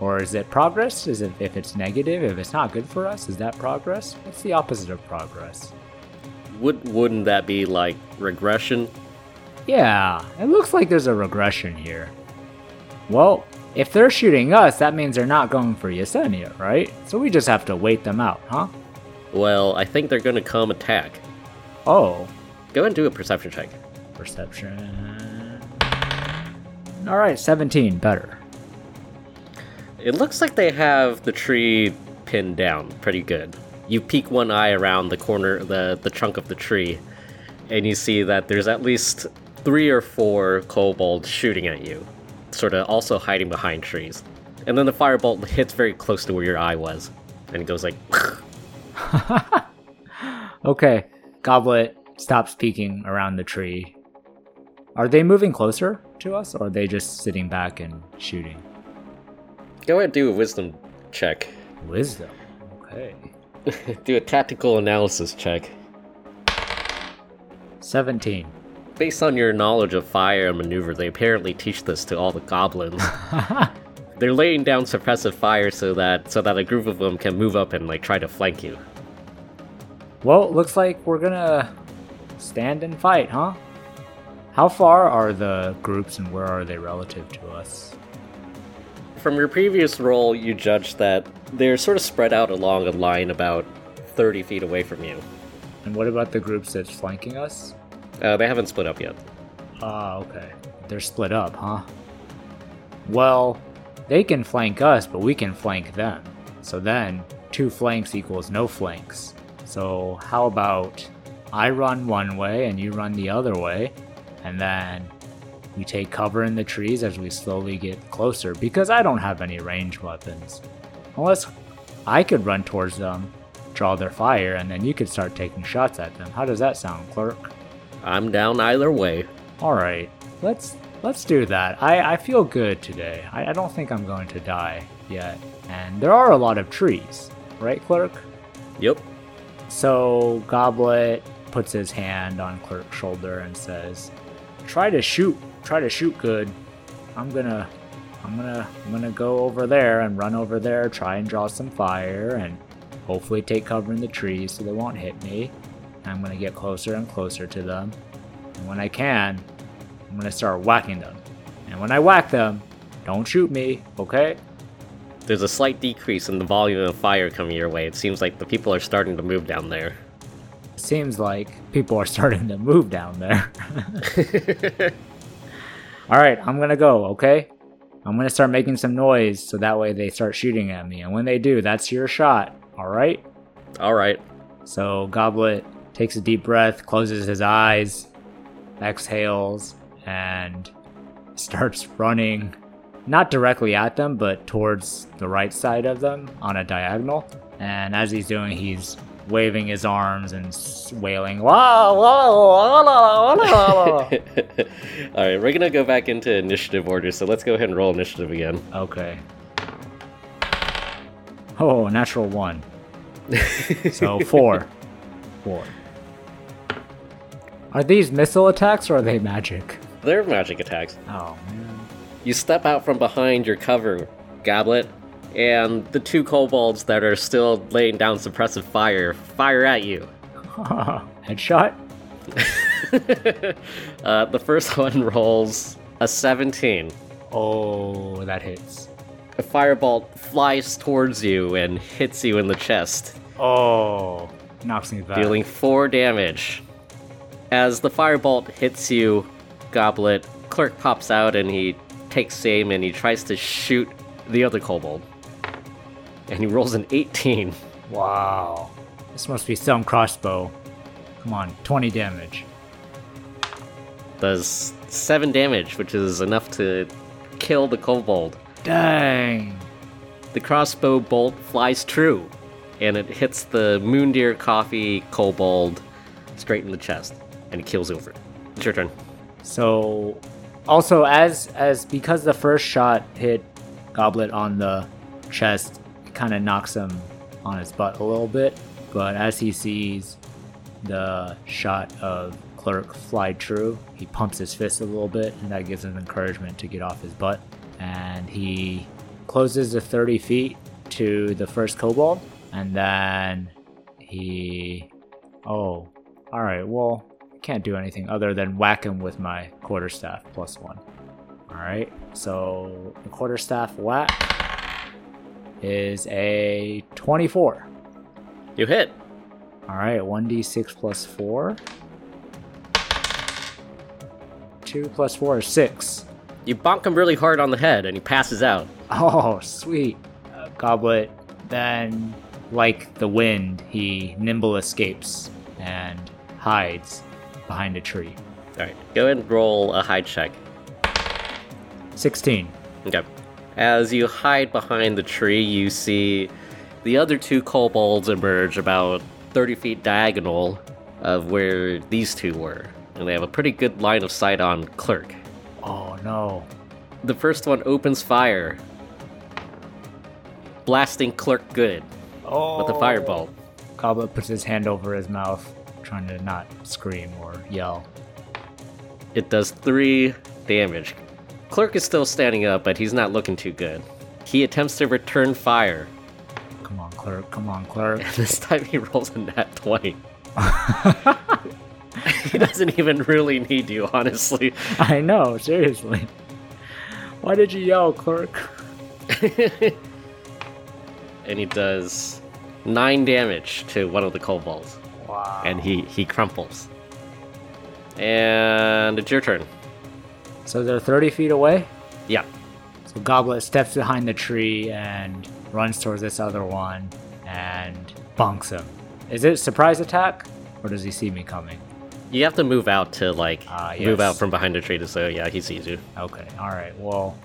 Or is it progress? Is it if it's negative, if it's not good for us, is that progress? What's the opposite of progress? Would, wouldn't that be like regression? Yeah, it looks like there's a regression here. Well, if they're shooting us, that means they're not going for Yesenia, right? So we just have to wait them out, huh? Well, I think they're gonna come attack. Oh, Go and do a perception check. perception. Alright, 17, better. It looks like they have the tree pinned down pretty good. You peek one eye around the corner, the, the trunk of the tree, and you see that there's at least three or four kobolds shooting at you, sort of also hiding behind trees. And then the firebolt hits very close to where your eye was, and it goes like, Okay, Goblet stops peeking around the tree. Are they moving closer to us, or are they just sitting back and shooting? go ahead and do a wisdom check. Wisdom. Okay. do a tactical analysis check. 17. Based on your knowledge of fire and maneuver, they apparently teach this to all the goblins. They're laying down suppressive fire so that so that a group of them can move up and like try to flank you. Well, looks like we're gonna stand and fight, huh? How far are the groups and where are they relative to us? From your previous role, you judged that they're sort of spread out along a line about 30 feet away from you. And what about the groups that's flanking us? Uh, they haven't split up yet. Ah, okay. They're split up, huh? Well, they can flank us, but we can flank them. So then, two flanks equals no flanks. So how about I run one way and you run the other way, and then we take cover in the trees as we slowly get closer because I don't have any range weapons. Unless I could run towards them, draw their fire, and then you could start taking shots at them. How does that sound, clerk? I'm down either way. All right, let's let's do that. I, I feel good today. I, I don't think I'm going to die yet. And there are a lot of trees, right, Clerk? Yep. So Goblet puts his hand on Clerk's shoulder and says, "Try to shoot. Try to shoot good. I'm gonna." I'm gonna I'm gonna go over there and run over there, try and draw some fire, and hopefully take cover in the trees so they won't hit me. I'm gonna get closer and closer to them. And when I can, I'm gonna start whacking them. And when I whack them, don't shoot me, okay? There's a slight decrease in the volume of fire coming your way. It seems like the people are starting to move down there. Seems like people are starting to move down there. All right, I'm gonna go, okay? I'm gonna start making some noise so that way they start shooting at me. And when they do, that's your shot, all right? All right. So Goblet takes a deep breath, closes his eyes, exhales, and starts running, not directly at them, but towards the right side of them on a diagonal. And as he's doing, he's waving his arms and s- wailing, "La la la la la la la." All la." right, we're gonna go back into initiative order. So let's go ahead and roll initiative again. Okay. Oh, natural one. So four. Four. Are these missile attacks or are they magic? They're magic attacks. Oh man. You step out from behind your cover, Goblet, and the two kobolds that are still laying down suppressive fire fire at you. Headshot? uh, the first one rolls a 17. Oh, that hits. A firebolt flies towards you and hits you in the chest, Oh, knocks me back. dealing 4 damage. As the firebolt hits you, Goblet, Clerk pops out and he takes aim and he tries to shoot the other kobold. And he rolls an 18. Wow. This must be some crossbow. Come on, 20 damage. does seven damage, which is enough to kill the kobold. Dang. The crossbow bolt flies true, and it hits the Moondeer Coffee kobold straight in the chest, and it kills over. It's your turn. So, also as as because the first shot hit Goblet on the chest, it kind of knocks him on his butt a little bit. But as he sees the shot of Clerk fly true, he pumps his fist a little bit, and that gives him encouragement to get off his butt. And he closes the 30 feet to the first kobold, and then he Oh, all right. Well, I can't do anything other than whack him with my quarterstaff plus one. All right. So the quarterstaff whack is a 24. You hit. All right. 1d6 plus four. Two plus four is six. You bonk him really hard on the head, and he passes out. Oh, sweet. Uh, Goblet then, like the wind, he nimble escapes and hides behind a tree. All right, go ahead and roll a hide check. 16. Okay. As you hide behind the tree, you see the other two kobolds emerge about 30 feet diagonal of where these two were. And they have a pretty good line of sight on Clerk. Oh no. The first one opens fire, blasting Clerk good Oh. with a fireball. Goblet puts his hand over his mouth, trying to not scream or yell. It does three damage. Clerk is still standing up, but he's not looking too good. He attempts to return fire, Come on, clerk. Come on, clerk. and this time he rolls a nat 20. he doesn't even really need you, honestly. I know, seriously. Why did you yell, clerk? And he does nine damage to one of the kobolds, Wow. and he, he crumples. And it's your turn. So they're 30 feet away? Yeah. So Goblet steps behind the tree and runs towards this other one and bonks him. Is it surprise attack? Or does he see me coming? You have to move out to like Ah, move yes. out from behind a tree to so yeah, he sees you. Okay, alright, well,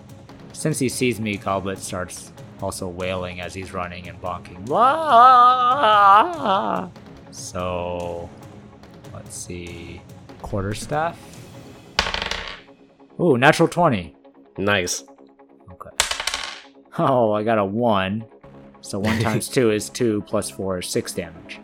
since he sees me, Goblet starts also wailing as he's running and bonking. Wah! So, let's see. Quarterstaff? Ooh, natural 20. Nice. Okay. Oh, I got a 1. So 1 times 2 is 2, plus 4 is 6 damage.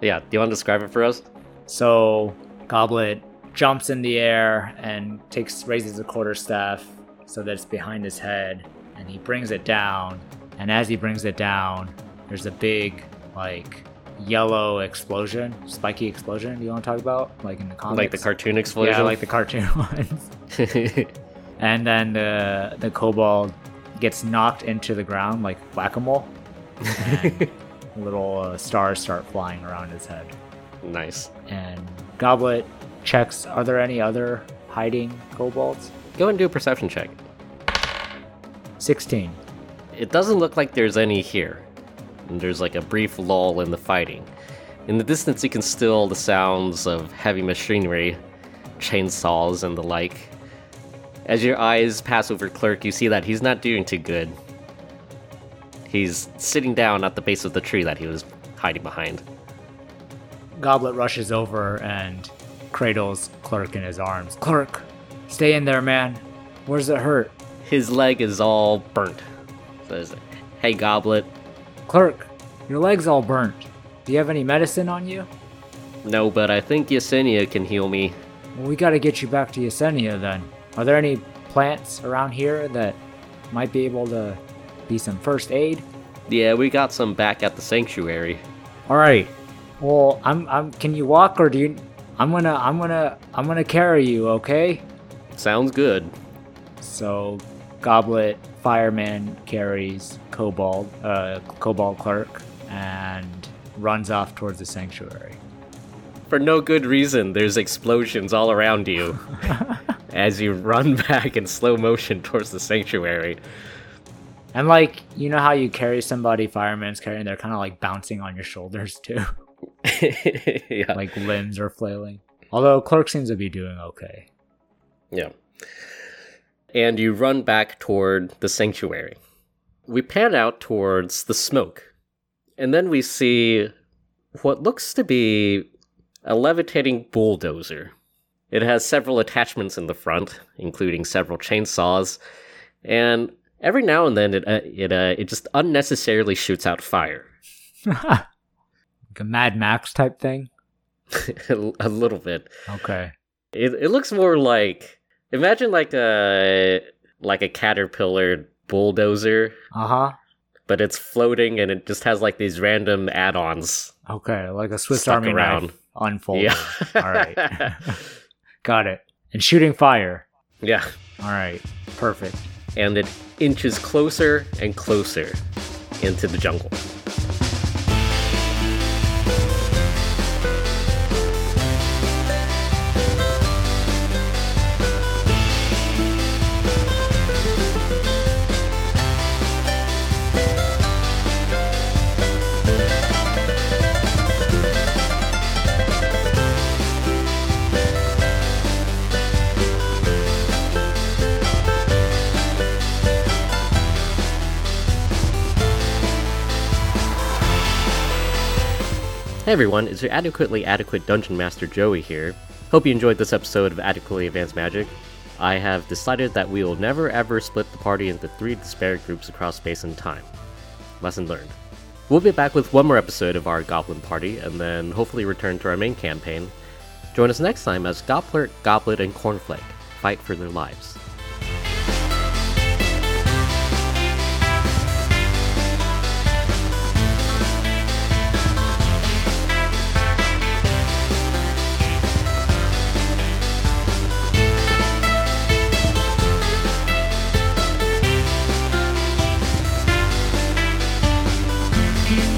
Yeah, do you want to describe it for us? So Goblet jumps in the air and takes raises the quarterstaff so that it's behind his head, and he brings it down. And as he brings it down, there's a big like yellow explosion, spiky explosion. Do you want to talk about like in the comics? Like the cartoon explosion. Um, Yeah, like the cartoon ones. And then the the kobold gets knocked into the ground like whack a mole. Little uh, stars start flying around his head nice. and Goblet checks are there any other hiding kobolds? Go and do a perception check. 16. It doesn't look like there's any here. And there's like a brief lull in the fighting. In the distance, you can still the sounds of heavy machinery chainsaws and the like. As your eyes pass over Clerk, you see that he's not doing too good. He's sitting down at the base of the tree that he was hiding behind. Goblet rushes over and cradles Clerk in his arms. Clerk, stay in there, man. Where's it hurt? His leg is all burnt. So he's like, hey, Goblet. Clerk, your leg's all burnt. Do you have any medicine on you? No, but I think Yesenia can heal me. Well, we gotta get you back to Yesenia then. Are there any plants around here that might be able to be some first aid? Yeah, we got some back at the sanctuary. All right. Well, I'm I'm can you walk or do you I'm going to I'm going to I'm going to carry you, okay? Sounds good. So Goblet Fireman carries Cobalt uh Cobalt Clerk and runs off towards the sanctuary. For no good reason, there's explosions all around you as you run back in slow motion towards the sanctuary. And like, you know how you carry somebody fireman's carrying they're kind of like bouncing on your shoulders too. yeah. like limbs are flailing. Although Clerk seems to be doing okay. Yeah. And you run back toward the sanctuary. We pan out towards the smoke. And then we see what looks to be a levitating bulldozer. It has several attachments in the front, including several chainsaws, and every now and then it uh, it uh, it just unnecessarily shoots out fire. like a Mad Max type thing. a little bit. Okay. It it looks more like imagine like a like a caterpillar bulldozer, Uh-huh. but it's floating and it just has like these random add-ons. Okay, like a Swiss Stuck Army around. knife unfolded. Yeah. All right. Got it. And shooting fire. Yeah. All right. Perfect. And it inches closer and closer into the jungle. Hey everyone, it's your adequately adequate Dungeon Master Joey here. Hope you enjoyed this episode of Adequately Advanced Magic. I have decided that we will never ever split the party into three disparate groups across space and time. Lesson learned. We'll be back with one more episode of our Goblin Party and then hopefully return to our main campaign. Join us next time as Gobbler, Goblet, and Cornflake fight for their lives. Thank you.